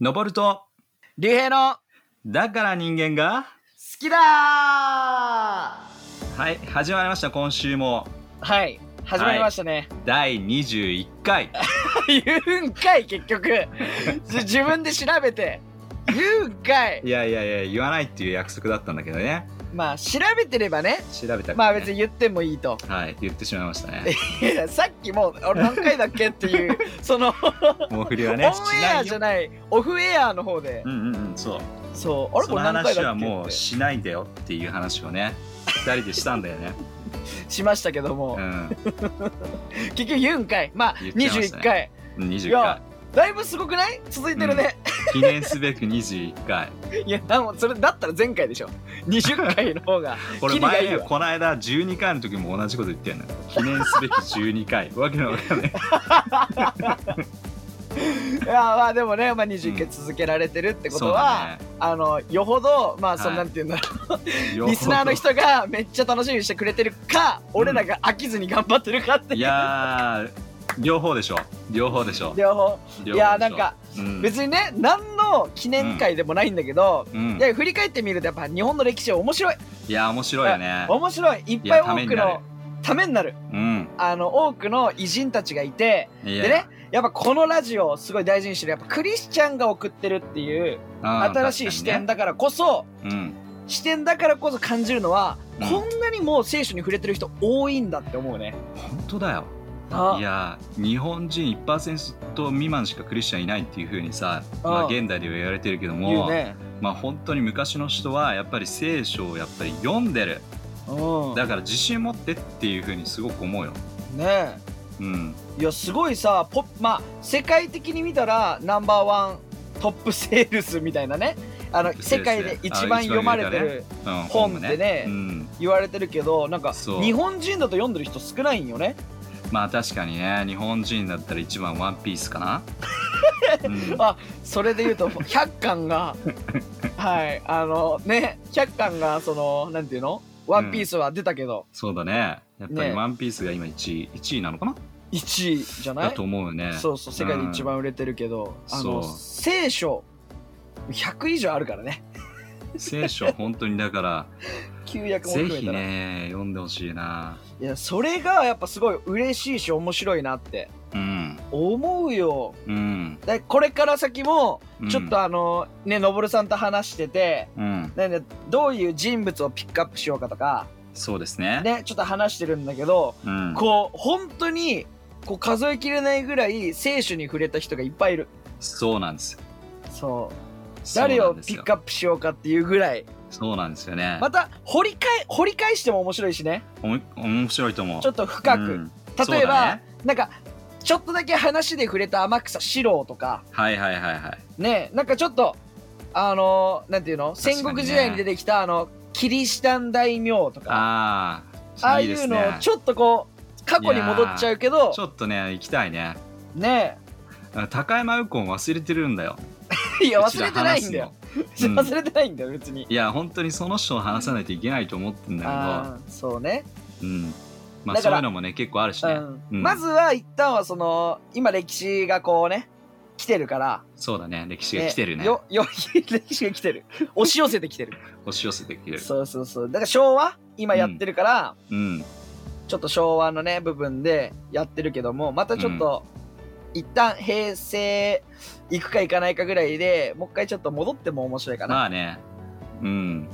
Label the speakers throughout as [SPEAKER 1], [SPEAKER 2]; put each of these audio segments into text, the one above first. [SPEAKER 1] 登ると
[SPEAKER 2] 竜兵の好
[SPEAKER 1] だから人間が
[SPEAKER 2] きだ
[SPEAKER 1] はい始まりました今週も
[SPEAKER 2] ーはい始まりましたね、
[SPEAKER 1] 第21回
[SPEAKER 2] 言うんかい結局じ自分で調 べて言うんかい
[SPEAKER 1] いやいやいや言わないっていう約束だったんだけどね
[SPEAKER 2] まあ調べてればね
[SPEAKER 1] 調べたら、ね、
[SPEAKER 2] まあ別に言ってもいいと
[SPEAKER 1] はい言ってしまいましたね
[SPEAKER 2] いやさっきも俺何回だっけっ ていうその
[SPEAKER 1] もう振り
[SPEAKER 2] オ
[SPEAKER 1] は
[SPEAKER 2] ン
[SPEAKER 1] ね
[SPEAKER 2] エアじゃ
[SPEAKER 1] ないよ
[SPEAKER 2] ないオフエアの方で
[SPEAKER 1] うんうんうんそう
[SPEAKER 2] そうあれ
[SPEAKER 1] そ
[SPEAKER 2] こ
[SPEAKER 1] の
[SPEAKER 2] れ何回
[SPEAKER 1] 話
[SPEAKER 2] だ
[SPEAKER 1] は
[SPEAKER 2] っけ
[SPEAKER 1] も
[SPEAKER 2] っ
[SPEAKER 1] う
[SPEAKER 2] て
[SPEAKER 1] しないんだよっていう話をね二人でしたんだよ ね
[SPEAKER 2] しましたけども
[SPEAKER 1] う、ん
[SPEAKER 2] 結局言うんかいまあ
[SPEAKER 1] 言っちゃいました
[SPEAKER 2] 21
[SPEAKER 1] ね
[SPEAKER 2] 回、い
[SPEAKER 1] 20回
[SPEAKER 2] やだいぶすごくない続いてるね、
[SPEAKER 1] 記念すべく21回
[SPEAKER 2] いやでもそれだったら前回でしょ20回の方が
[SPEAKER 1] これ
[SPEAKER 2] キリが
[SPEAKER 1] 前
[SPEAKER 2] いい
[SPEAKER 1] ね
[SPEAKER 2] わ
[SPEAKER 1] この間12回の時も同じこと言ってんのよ記念すべき12回わけのわかんない
[SPEAKER 2] いやまあでもね、まあ、21回続けられてるってこと
[SPEAKER 1] そう
[SPEAKER 2] は、
[SPEAKER 1] だね
[SPEAKER 2] あのよほどまあそ
[SPEAKER 1] は
[SPEAKER 2] の
[SPEAKER 1] い
[SPEAKER 2] なんていうんだろう、
[SPEAKER 1] よ
[SPEAKER 2] リスナーの人がめっちゃ楽しみにしてくれてるか、俺らが飽きずに頑張ってるかって
[SPEAKER 1] い
[SPEAKER 2] いう
[SPEAKER 1] やー両方でしょ両方でしょ
[SPEAKER 2] 両方
[SPEAKER 1] 両方でしょ
[SPEAKER 2] いやなんか、
[SPEAKER 1] うん、
[SPEAKER 2] 別にね何の記念会でもないんだけど、
[SPEAKER 1] うん
[SPEAKER 2] いや振り返ってみるとやっぱ日本の歴史は面白い
[SPEAKER 1] いや面白いよね
[SPEAKER 2] 面白いいっ
[SPEAKER 1] い
[SPEAKER 2] ぱい
[SPEAKER 1] や
[SPEAKER 2] 多
[SPEAKER 1] ため
[SPEAKER 2] く
[SPEAKER 1] になる
[SPEAKER 2] のためになる
[SPEAKER 1] うん
[SPEAKER 2] あの多くの偉人たちがいて、
[SPEAKER 1] いや
[SPEAKER 2] でねやっぱこのラジオをすごい大事にしてるやっぱクリスチャンが送ってるっていう
[SPEAKER 1] うん
[SPEAKER 2] 新しい視点
[SPEAKER 1] だ
[SPEAKER 2] だからこそ、
[SPEAKER 1] うん
[SPEAKER 2] 視点だからこそ感じるのは、
[SPEAKER 1] うん
[SPEAKER 2] こんなにもう聖書に触れてる人多いんだって思うね。
[SPEAKER 1] 本当だよ
[SPEAKER 2] あ
[SPEAKER 1] いや日本人1%未満しかクリスチャンいないっていうふうにさま
[SPEAKER 2] あ
[SPEAKER 1] あ、現代では言われてるけど
[SPEAKER 2] 言う
[SPEAKER 1] も、
[SPEAKER 2] ね。
[SPEAKER 1] まあ本当に昔の人はやっぱり聖書をやっぱり読んでる
[SPEAKER 2] うん、
[SPEAKER 1] だから自信持ってっていうふうにすごく思うよ
[SPEAKER 2] ね
[SPEAKER 1] うん
[SPEAKER 2] えいやすごいさポップまあ世界的に見たらナンバーワントップセールスみたいなねあの
[SPEAKER 1] プセー
[SPEAKER 2] 世
[SPEAKER 1] ルスね
[SPEAKER 2] 界で一
[SPEAKER 1] あ
[SPEAKER 2] 番
[SPEAKER 1] 一
[SPEAKER 2] 読
[SPEAKER 1] 番
[SPEAKER 2] ま
[SPEAKER 1] 売れ
[SPEAKER 2] れて
[SPEAKER 1] た
[SPEAKER 2] る
[SPEAKER 1] ねうん、
[SPEAKER 2] 本ってね
[SPEAKER 1] うん、
[SPEAKER 2] 言われてるけどなんか
[SPEAKER 1] そう
[SPEAKER 2] 日本人だと読んでる人少ないんよね。
[SPEAKER 1] まあ確かにね日本人だったら一番ワンピースか な、うん
[SPEAKER 2] あそれで言うと100巻がはいあのね100巻がそのなんていうのワンピースは出たけど、
[SPEAKER 1] そうだねやっぱ
[SPEAKER 2] ね
[SPEAKER 1] りワンピースが今1位1位なのかな、
[SPEAKER 2] 1位じゃな
[SPEAKER 1] だ
[SPEAKER 2] い
[SPEAKER 1] と思うよね
[SPEAKER 2] そうそう世界で一番売れてるけど、
[SPEAKER 1] うん
[SPEAKER 2] あの
[SPEAKER 1] そう
[SPEAKER 2] 聖書100以上あるからね
[SPEAKER 1] 聖書は本当にだ から
[SPEAKER 2] 旧約も
[SPEAKER 1] ぜ
[SPEAKER 2] 含め
[SPEAKER 1] ひ
[SPEAKER 2] たら、
[SPEAKER 1] ね読んでほしいない
[SPEAKER 2] やそれがやっぱすごい嬉しいし面白いなって
[SPEAKER 1] うん
[SPEAKER 2] 思うよ
[SPEAKER 1] うん
[SPEAKER 2] でこれから先も
[SPEAKER 1] うん
[SPEAKER 2] ちょっとあの、ねのぼるさんと話してて
[SPEAKER 1] うん
[SPEAKER 2] なんでどういう人物をピックアップしようかとか
[SPEAKER 1] そうですね
[SPEAKER 2] ねちょっと話してるんだけど
[SPEAKER 1] うん、
[SPEAKER 2] こう本当にこう数えきれないぐらい聖書に触れた人がいっぱいいる
[SPEAKER 1] そうなんですよ
[SPEAKER 2] そう誰をピックア
[SPEAKER 1] ップ
[SPEAKER 2] ップしようかっていうぐらい
[SPEAKER 1] そうなんですよね、
[SPEAKER 2] また掘り返掘り返しても面白いしね
[SPEAKER 1] おも面白いと思う
[SPEAKER 2] ちょっと深く、
[SPEAKER 1] うん
[SPEAKER 2] 例え
[SPEAKER 1] そうだ
[SPEAKER 2] ば、
[SPEAKER 1] ね
[SPEAKER 2] なんかちょっとだけ話で触れた天草四郎とか
[SPEAKER 1] はいはいはいはい
[SPEAKER 2] ねなんかちょっとあのーなんていうの、
[SPEAKER 1] 確かに
[SPEAKER 2] 戦
[SPEAKER 1] ね
[SPEAKER 2] 国時代に出てきたあのキリシタン大名とかあ
[SPEAKER 1] ああ
[SPEAKER 2] あいうのをちょっとこう過去に戻っちゃうけど
[SPEAKER 1] ちょっとね行きたいね
[SPEAKER 2] ね
[SPEAKER 1] あの高山右近忘れてるんだよ
[SPEAKER 2] いや
[SPEAKER 1] うち
[SPEAKER 2] 忘
[SPEAKER 1] ら
[SPEAKER 2] れてないんだよ
[SPEAKER 1] 話すのうん
[SPEAKER 2] 忘れてないんだよ別に。
[SPEAKER 1] いや本当にその人を話さないといけないと思ってんだ
[SPEAKER 2] あーそうね、
[SPEAKER 1] けどうんまあ
[SPEAKER 2] だか
[SPEAKER 1] そ
[SPEAKER 2] ら
[SPEAKER 1] ういうのもね結構あるし
[SPEAKER 2] う
[SPEAKER 1] ね、
[SPEAKER 2] ん
[SPEAKER 1] うん
[SPEAKER 2] まずは一旦はその今歴史がこうね来てるから
[SPEAKER 1] そうだね歴史が来てるね
[SPEAKER 2] よよ 歴史が来てる押し寄せてきてる
[SPEAKER 1] 押し寄せてきてる
[SPEAKER 2] そうそうそうだから昭和今やってるから、
[SPEAKER 1] うん
[SPEAKER 2] ちょっと昭和のね部分でやってるけどもまたちょっと、一旦平成行くか行かないかぐらいでもう一回ちょっと戻っても面白いかな、
[SPEAKER 1] まあねうん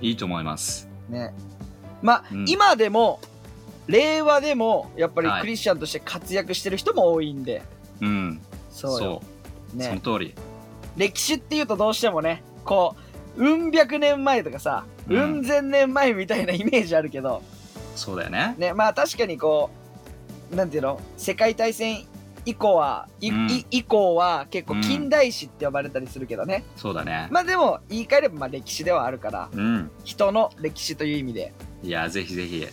[SPEAKER 1] いいと思います
[SPEAKER 2] ねまあ、
[SPEAKER 1] うん
[SPEAKER 2] 今でも令和でもやっぱり
[SPEAKER 1] はい
[SPEAKER 2] クリスチャンとして活躍してる人も多いんで、
[SPEAKER 1] うん
[SPEAKER 2] そうよ
[SPEAKER 1] う
[SPEAKER 2] ね
[SPEAKER 1] その通り
[SPEAKER 2] 歴史っていうとどうしてもねこううん百年前とかさ、
[SPEAKER 1] う
[SPEAKER 2] うんん千年前みたいなイメージあるけど
[SPEAKER 1] そうだよね
[SPEAKER 2] ねまあ確かにこうなんていうの世界大戦以降はい、
[SPEAKER 1] うん
[SPEAKER 2] い以降は結
[SPEAKER 1] う
[SPEAKER 2] 構
[SPEAKER 1] ん
[SPEAKER 2] 近代史って呼ばれたりするけどね、
[SPEAKER 1] そうだね、
[SPEAKER 2] まあでも言い換えればまあ歴史ではあるから
[SPEAKER 1] うん
[SPEAKER 2] 人の歴史という意味で
[SPEAKER 1] いやぜひぜひ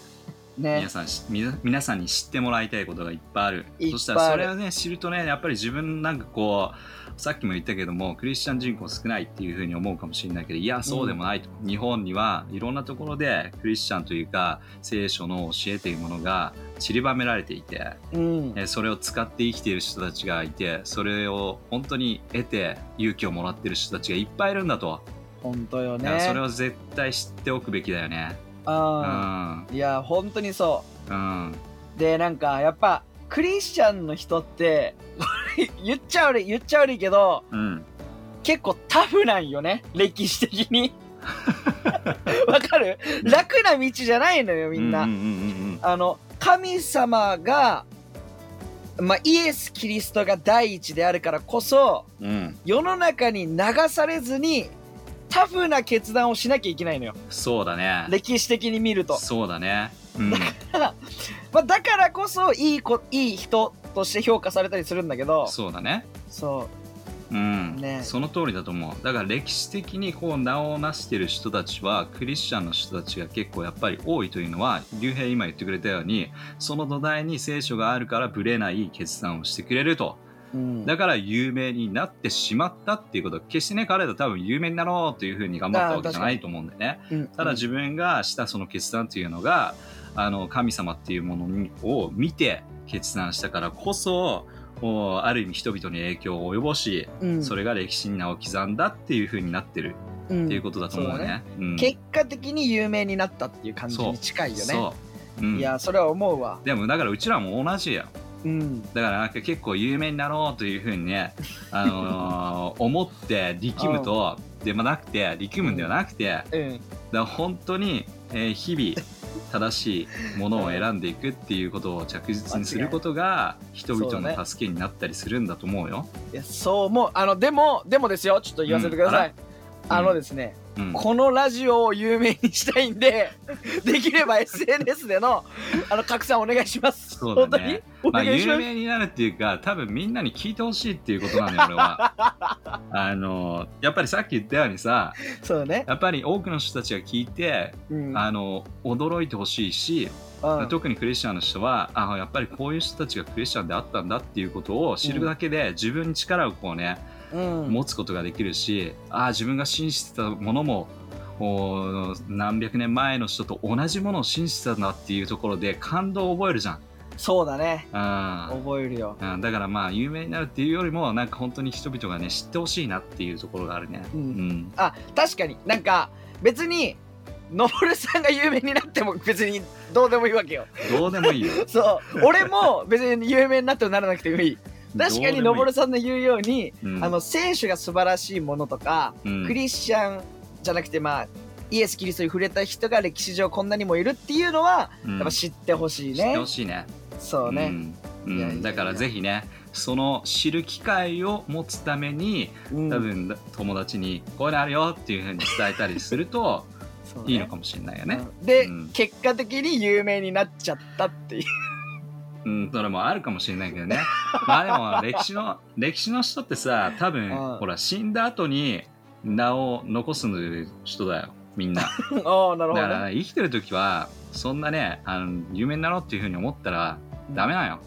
[SPEAKER 2] ね
[SPEAKER 1] 皆。さんしみな皆さんに知ってもらいたいことがいっぱいある
[SPEAKER 2] いっぱいある
[SPEAKER 1] そしたらそれをね知るとねやっぱり自分なんかこうさっきも言ったけどもクリスチャン人口少ないっていうふうに思うかもしれないけどいやそうでもないと、日本にはいろんなところでクリスチャンというか聖書の教えというものが散りばめられていて、
[SPEAKER 2] うん。
[SPEAKER 1] えーそれを使って生きている人たちがいてそれを本当に得て勇気をもらってる人たちがいっぱいいるんだと、
[SPEAKER 2] 本当よ
[SPEAKER 1] だから
[SPEAKER 2] ね。
[SPEAKER 1] それを絶対知っておくべきだよね。う
[SPEAKER 2] あ
[SPEAKER 1] ん
[SPEAKER 2] あ。いや、本当にそ
[SPEAKER 1] うん
[SPEAKER 2] う。で、なんか、やっぱ、クリスチャンの人って、 言っちゃ悪い、言っちゃ悪いけど、
[SPEAKER 1] うん
[SPEAKER 2] 結構タフなんよね。歴史的に。 わかる楽な道じゃないのよ、みんな。
[SPEAKER 1] うんうんうん
[SPEAKER 2] あの神様が、まあ、イエス・キリストが第一であるからこそ
[SPEAKER 1] うんうん
[SPEAKER 2] 世の中に流されずにタフな決断をしなきゃいけないのよ
[SPEAKER 1] そうだね。
[SPEAKER 2] 歴史的に見ると、
[SPEAKER 1] そうだね。うん
[SPEAKER 2] まあ、だからこそいいこいい人として評価されたりするんだけど
[SPEAKER 1] そうだね。
[SPEAKER 2] そ
[SPEAKER 1] うん、
[SPEAKER 2] ね
[SPEAKER 1] その通りだと思うだから歴史的にこう名を成してる人たちはクリスチャンの人たちが結構やっぱり多いというのは竜兵今言ってくれたようにその土台に聖書があるからブレない決断をしてくれると
[SPEAKER 2] う、うん、
[SPEAKER 1] だから有名になってしまったっていうこと決してね彼ら多分有名になろうというふうに頑張ったわけじゃないと思うんだよね
[SPEAKER 2] うん
[SPEAKER 1] ただ自分がしたその決断というのが、あの神様っていうものにを見て決断したからこそこうある意味人々に影響を及ぼし、
[SPEAKER 2] うん
[SPEAKER 1] それが歴史に名を刻んだっていうふうになってる
[SPEAKER 2] うん
[SPEAKER 1] っていうことだと思うね。うん
[SPEAKER 2] 結果的に有名になったっていう感じに近いよね
[SPEAKER 1] そう、うん
[SPEAKER 2] いやそれは思うわ
[SPEAKER 1] でもだからうちらも同じやん
[SPEAKER 2] うん
[SPEAKER 1] だからなんか結構有名になろうというふうに ね、あのー思って力むとでもなくて力むんではなくて、
[SPEAKER 2] うん
[SPEAKER 1] だから本当に、えー日々正しいものを選んでいくっていうことを着実にすること が人々の助けになったりするんだと思うよ。
[SPEAKER 2] いやそう思うあのでもでもですよちょっと言わせてください、
[SPEAKER 1] うんあら
[SPEAKER 2] あのですね、
[SPEAKER 1] うん、
[SPEAKER 2] このラジオを有名にしたいんで できれば SNS でのあの拡散お願いします
[SPEAKER 1] そうだね
[SPEAKER 2] 本
[SPEAKER 1] まあ、
[SPEAKER 2] 当にお願いしま
[SPEAKER 1] 有
[SPEAKER 2] す、
[SPEAKER 1] 名になるっていうか多分みんなに聞いてほしいっていうことなん だよ俺は。あのーやっぱりさっき言ったようにさ
[SPEAKER 2] そうね
[SPEAKER 1] やっぱり多くの人たちが聞いて、
[SPEAKER 2] うん
[SPEAKER 1] あの驚いてほしいし、
[SPEAKER 2] うん
[SPEAKER 1] 特にクリスチャンの人はあやっぱりこういう人たちがクリスチャンであったんだっていうことを知るだけで、自分に力をこうね
[SPEAKER 2] うん
[SPEAKER 1] 持つことができるし、ああ自分が信じてたものもおー何百年前の人と同じものを信じてたんだっていうところで感動を覚えるじゃん。
[SPEAKER 2] そうだね
[SPEAKER 1] あ
[SPEAKER 2] 覚えるよ
[SPEAKER 1] あだからまあ有名になるっていうよりもなんか本当に人々がね知ってほしいなっていうところがあるね。
[SPEAKER 2] うん
[SPEAKER 1] ん
[SPEAKER 2] あ確かになんか別にのぼるさんが有名になっても別にどうでもいいわけよ
[SPEAKER 1] どうでもいいよ。
[SPEAKER 2] そう俺も別に有名になってもならなくてもいい 確かにのぼる
[SPEAKER 1] ど
[SPEAKER 2] さんの言うように
[SPEAKER 1] うでもいい、うん
[SPEAKER 2] あの選手が素晴らしいものとか、
[SPEAKER 1] うん
[SPEAKER 2] クリスチャンじゃなくてまあイエス・キリストに触れた人が歴史上こんなにもいるっていうのは
[SPEAKER 1] うん
[SPEAKER 2] やっぱ知ってほしい
[SPEAKER 1] 知って
[SPEAKER 2] ね、
[SPEAKER 1] ほしいね。
[SPEAKER 2] そうね、
[SPEAKER 1] うんうん
[SPEAKER 2] いやいやいや
[SPEAKER 1] だからぜひねその知る機会を持つために
[SPEAKER 2] うん
[SPEAKER 1] 多分友達にこういうのあるよっていうふうに伝えたりすると
[SPEAKER 2] そうね
[SPEAKER 1] いいのかもしれないよね。
[SPEAKER 2] うんで、
[SPEAKER 1] うん
[SPEAKER 2] 結果的に有名になっちゃったっていう
[SPEAKER 1] う ん、それもあるかもしれないけどね。 まあでも歴史の、歴史の人ってさ、多分、
[SPEAKER 2] うん
[SPEAKER 1] ほら、死んだ後に名を残す人だよ、みんな。
[SPEAKER 2] ああなる
[SPEAKER 1] だか
[SPEAKER 2] ほど
[SPEAKER 1] ら、
[SPEAKER 2] ね
[SPEAKER 1] 生きてる時は、そんなね、あの有名になろうっていうふうに思ったら、ダメなのよ。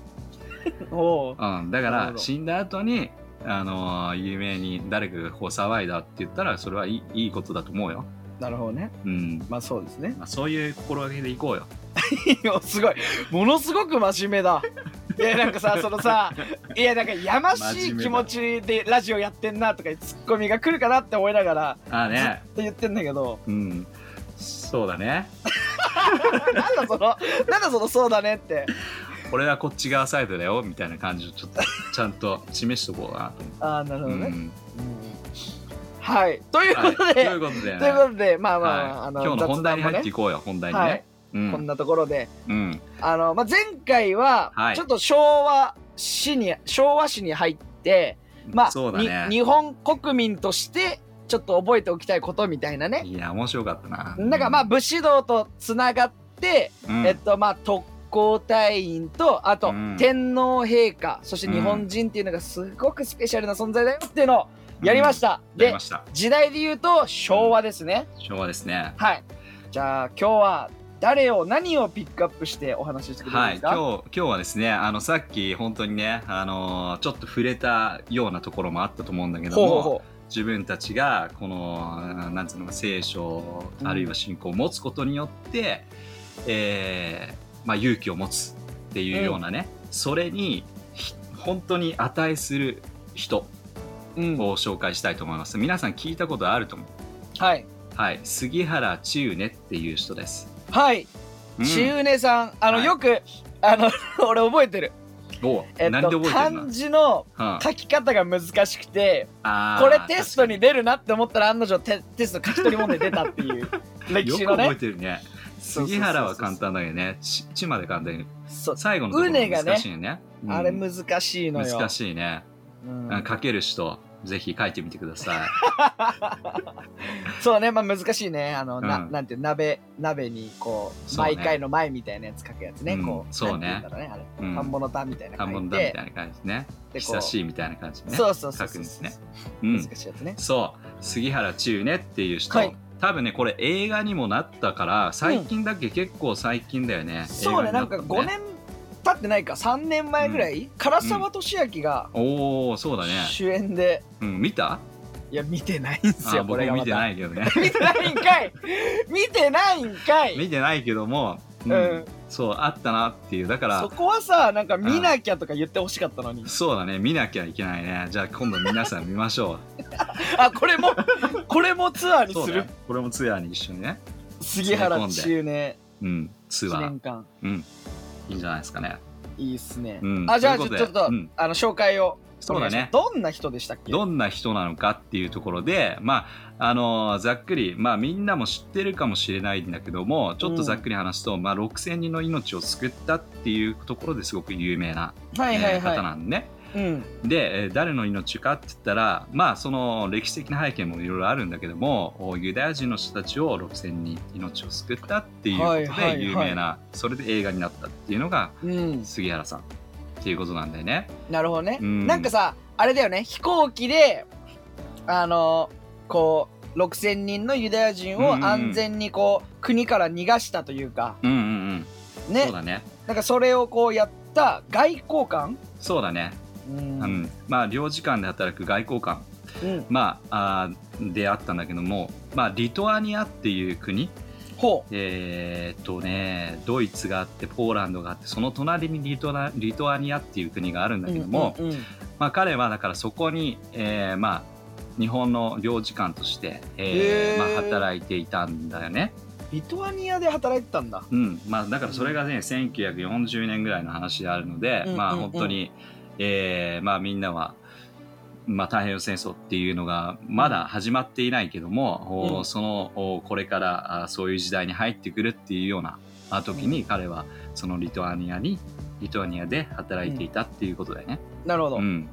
[SPEAKER 2] おう
[SPEAKER 1] うん、だか
[SPEAKER 2] なるほ
[SPEAKER 1] ら、
[SPEAKER 2] ど
[SPEAKER 1] 死んだ後に、あのー有名に誰かがこう騒いだって言ったら、それはいいいいことだと思うよ。
[SPEAKER 2] なるほどね
[SPEAKER 1] うん。
[SPEAKER 2] まあそうですね
[SPEAKER 1] まあ、そういう心がけでいこうよ。
[SPEAKER 2] いやすごいものすごく真面目だいやなんかさそのさいやなんかやましい気持ちでラジオやってんなとかツッコミが来るかなって思いながら
[SPEAKER 1] ああ
[SPEAKER 2] ず
[SPEAKER 1] ね。
[SPEAKER 2] っと言ってんだけど
[SPEAKER 1] うん。そうだね。
[SPEAKER 2] なんだその、なんだその、そうだねって。
[SPEAKER 1] 俺はこっち側サイドだよみたいな感じをちょっとちゃんと示しとこうかなと思
[SPEAKER 2] ああ、なるほど
[SPEAKER 1] う。
[SPEAKER 2] ね。
[SPEAKER 1] ん
[SPEAKER 2] はい。という
[SPEAKER 1] は
[SPEAKER 2] こ
[SPEAKER 1] い
[SPEAKER 2] とで、
[SPEAKER 1] ということでね
[SPEAKER 2] ということで、まあまあ、まあ
[SPEAKER 1] は
[SPEAKER 2] あ
[SPEAKER 1] い
[SPEAKER 2] の、
[SPEAKER 1] 今日の本題に入ってい
[SPEAKER 2] 雑
[SPEAKER 1] こうよ本題に
[SPEAKER 2] はい
[SPEAKER 1] ねう
[SPEAKER 2] 談もねこん
[SPEAKER 1] ん
[SPEAKER 2] なところで、
[SPEAKER 1] うん
[SPEAKER 2] あの、まあ、前回は
[SPEAKER 1] は、い
[SPEAKER 2] ちょっと昭和史に、昭和史に入って、まあ、
[SPEAKER 1] そうだ
[SPEAKER 2] に
[SPEAKER 1] ね
[SPEAKER 2] 日本国民として、ちょっと覚えておきたいことみたいなね。
[SPEAKER 1] いや面白かったな
[SPEAKER 2] なんかまあ、武士道とつながって、
[SPEAKER 1] うん
[SPEAKER 2] えっと、まあ、特攻隊員と、あと
[SPEAKER 1] うん、
[SPEAKER 2] 天皇陛下、そして日本人っていうのがすごくスペシャルな存在だよっていうのをやりました。
[SPEAKER 1] うんやり
[SPEAKER 2] で
[SPEAKER 1] ま、した
[SPEAKER 2] 時代で言うと昭和ですね。
[SPEAKER 1] 昭和ですね
[SPEAKER 2] はい。じゃあ、今日は誰を何をピックアップしてお話ししてくれるん
[SPEAKER 1] は
[SPEAKER 2] で
[SPEAKER 1] い、
[SPEAKER 2] す
[SPEAKER 1] 今
[SPEAKER 2] か、
[SPEAKER 1] 日今日はですねあのさっき本当にね、あのーちょっと触れたようなところもあったと思うんだけど
[SPEAKER 2] ほ
[SPEAKER 1] も
[SPEAKER 2] うほうほ
[SPEAKER 1] 自分たちがこのなんつうのか聖書
[SPEAKER 2] うん
[SPEAKER 1] あるいは信仰を持つことによって、えーまあ、勇気を持つっていうようなね、それにひ本当に値する人
[SPEAKER 2] う、うん、
[SPEAKER 1] を紹介したいと思います皆さん聞いたことあると思う
[SPEAKER 2] はい
[SPEAKER 1] はい杉原千畝っていう人です、
[SPEAKER 2] はい
[SPEAKER 1] うん
[SPEAKER 2] ちうねさんあの、
[SPEAKER 1] はい
[SPEAKER 2] よくあの 俺覚えてる
[SPEAKER 1] おう
[SPEAKER 2] えっ
[SPEAKER 1] なんで
[SPEAKER 2] と
[SPEAKER 1] 覚えてるの
[SPEAKER 2] 漢、字の
[SPEAKER 1] うん
[SPEAKER 2] 書き方が難しくて
[SPEAKER 1] あー
[SPEAKER 2] これテストに出るなって思ったら案の定テテスト書き取り問題出たっていう歴
[SPEAKER 1] よ
[SPEAKER 2] 史
[SPEAKER 1] く
[SPEAKER 2] の
[SPEAKER 1] 覚え
[SPEAKER 2] ね
[SPEAKER 1] てるね。
[SPEAKER 2] そうそうそうそう
[SPEAKER 1] 杉原は簡単だよね。ち、ちまで簡単に。
[SPEAKER 2] そう
[SPEAKER 1] 最後のところ
[SPEAKER 2] うねがね
[SPEAKER 1] 難しいよね。うん
[SPEAKER 2] あれ難しいのよ
[SPEAKER 1] 難しいね。
[SPEAKER 2] うん
[SPEAKER 1] うん書ける人、ぜひ書いてみてくだ さい。
[SPEAKER 2] そうねまあ難しいねあの、な
[SPEAKER 1] うん
[SPEAKER 2] なんていう鍋鍋にこう
[SPEAKER 1] そうね
[SPEAKER 2] 毎回の前みたいなやつ書くやつね
[SPEAKER 1] うん
[SPEAKER 2] こう
[SPEAKER 1] そうね
[SPEAKER 2] なんていんだろうねあ
[SPEAKER 1] う
[SPEAKER 2] れ
[SPEAKER 1] ん
[SPEAKER 2] 田んぼの田みたいな
[SPEAKER 1] 田
[SPEAKER 2] 書
[SPEAKER 1] んぼ
[SPEAKER 2] い
[SPEAKER 1] の田み
[SPEAKER 2] て
[SPEAKER 1] たいな感じね。
[SPEAKER 2] でこ
[SPEAKER 1] 久
[SPEAKER 2] う
[SPEAKER 1] しいみたいな感じね。
[SPEAKER 2] そうそうそう
[SPEAKER 1] 書
[SPEAKER 2] そ
[SPEAKER 1] くん
[SPEAKER 2] う
[SPEAKER 1] です
[SPEAKER 2] そう、
[SPEAKER 1] ねう
[SPEAKER 2] 難し
[SPEAKER 1] ん。
[SPEAKER 2] いやつね
[SPEAKER 1] そう。杉原千畝ねっていう人。
[SPEAKER 2] はい
[SPEAKER 1] 多分ね、これ映画にもなったから、最近だっけ、結構最近だよね。
[SPEAKER 2] そうね
[SPEAKER 1] 映画
[SPEAKER 2] な
[SPEAKER 1] に
[SPEAKER 2] んか
[SPEAKER 1] ったの
[SPEAKER 2] 5年経ってないか3年前ぐらい、唐沢俊明が
[SPEAKER 1] おおそうだね。
[SPEAKER 2] 主演で、
[SPEAKER 1] うん、見た
[SPEAKER 2] いや見てないんす
[SPEAKER 1] あー
[SPEAKER 2] よこ
[SPEAKER 1] 僕
[SPEAKER 2] れが
[SPEAKER 1] 見
[SPEAKER 2] ま
[SPEAKER 1] て
[SPEAKER 2] た
[SPEAKER 1] ないけどね。
[SPEAKER 2] 見てないんかい見てないんか い
[SPEAKER 1] 見てないけども、うん
[SPEAKER 2] うん
[SPEAKER 1] そう、あったなっていう。だから
[SPEAKER 2] そ、こはさなんか見なきゃとか言ってほしかったのに
[SPEAKER 1] そうだね、見なきゃいけないね。じゃあ今度皆さん見まし ょ
[SPEAKER 2] あこれもこれもツアー
[SPEAKER 1] う。
[SPEAKER 2] に
[SPEAKER 1] そう
[SPEAKER 2] す
[SPEAKER 1] だ
[SPEAKER 2] る
[SPEAKER 1] ね、これもツアーに一緒にね。
[SPEAKER 2] 杉原中年
[SPEAKER 1] うん、ツア
[SPEAKER 2] 1
[SPEAKER 1] ー
[SPEAKER 2] 年。間
[SPEAKER 1] うん。いいんじゃないですかね。
[SPEAKER 2] いいっすね、
[SPEAKER 1] うん
[SPEAKER 2] あじゃあち
[SPEAKER 1] とい
[SPEAKER 2] ょ
[SPEAKER 1] うことで
[SPEAKER 2] ちょっと、
[SPEAKER 1] うん
[SPEAKER 2] あの紹介を
[SPEAKER 1] そうだね。
[SPEAKER 2] どんな人でしたっけ
[SPEAKER 1] どんな人なのかっていうところで、まあ、あのーざっくり、まあ、みんなも知ってるかもしれないんだけども、ちょっとざっくり話すと、まあ、6000人の命を救ったっていうところですごく有名な、
[SPEAKER 2] は
[SPEAKER 1] え
[SPEAKER 2] いはい
[SPEAKER 1] ー
[SPEAKER 2] はい、
[SPEAKER 1] 方なんでね。
[SPEAKER 2] うん
[SPEAKER 1] で、えー誰の命かって言ったら、まあ、その歴史的な背景もいろいろあるんだけどもおユダヤ人の人たちを6,000人命を救ったっていうこと
[SPEAKER 2] はいはいは
[SPEAKER 1] で
[SPEAKER 2] い
[SPEAKER 1] 有名な、それで映画になったっていうのが
[SPEAKER 2] うん
[SPEAKER 1] 杉原さんっていうことなんだよね。
[SPEAKER 2] なるほどね、
[SPEAKER 1] うん
[SPEAKER 2] なんかさあれだよね飛行機であのこう6,000人のユダヤ人を
[SPEAKER 1] うんうん
[SPEAKER 2] 安全にこう、国から逃がしたというか
[SPEAKER 1] うんうんうん、
[SPEAKER 2] ね
[SPEAKER 1] そうだね
[SPEAKER 2] なんかそれをこうやった外交官
[SPEAKER 1] そうだね、
[SPEAKER 2] う
[SPEAKER 1] うん
[SPEAKER 2] ん
[SPEAKER 1] まあ、領事館で働く外交官、
[SPEAKER 2] うん
[SPEAKER 1] まあ、あーであったんだけども、まあ、リトアニアっていう国、
[SPEAKER 2] ほ
[SPEAKER 1] えーっとね、ドイツがあってポーランドがあってその隣にリトナリトアニアっていう国があるん
[SPEAKER 2] う
[SPEAKER 1] だけども。
[SPEAKER 2] うんうんうん
[SPEAKER 1] まあ、彼はだからそこに、えーまあ、日本の領事館として、えー
[SPEAKER 2] へー
[SPEAKER 1] まあ、働いていたんだよね。
[SPEAKER 2] リトアニアで働いてたんだ
[SPEAKER 1] うんまあ、だからそれがね、1940年ぐらいの話であるので、
[SPEAKER 2] うん
[SPEAKER 1] まあ、
[SPEAKER 2] うん
[SPEAKER 1] 本当に、えーまあ、みんなは、まあ、太平洋戦争っていうのがまだ始まっていないけども、
[SPEAKER 2] うん
[SPEAKER 1] おそのおこれからあそういう時代に入ってくるっていうようなあ時に彼はそのリトアニアにリトアニアで働いていたっていうことだよね。
[SPEAKER 2] なるほど、
[SPEAKER 1] うん、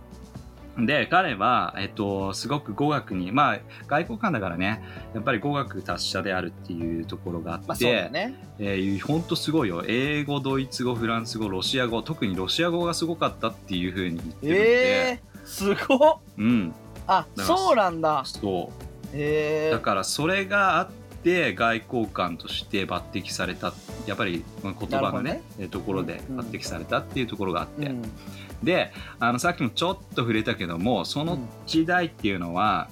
[SPEAKER 1] で彼は、えっと、すごく語学にまあ外交官だからねやっぱり語学達者であるっていうところがあって、
[SPEAKER 2] まあそうだよね
[SPEAKER 1] えーほんとすごいよ英語ドイツ語フランス語ロシア語特にロシア語がすごかったっていうふうに言ってるんで、
[SPEAKER 2] えー、すごっ
[SPEAKER 1] うん、
[SPEAKER 2] あ
[SPEAKER 1] だから
[SPEAKER 2] そうなんだ
[SPEAKER 1] そう
[SPEAKER 2] ええ
[SPEAKER 1] だからそれがあって外交官として抜擢されたやっぱり言葉の
[SPEAKER 2] な
[SPEAKER 1] ねえ
[SPEAKER 2] る
[SPEAKER 1] ーところで
[SPEAKER 2] うん
[SPEAKER 1] 抜擢されたっていうところがあって、
[SPEAKER 2] うん
[SPEAKER 1] であのさっきもちょっと触れたけどもその時代っていうのは、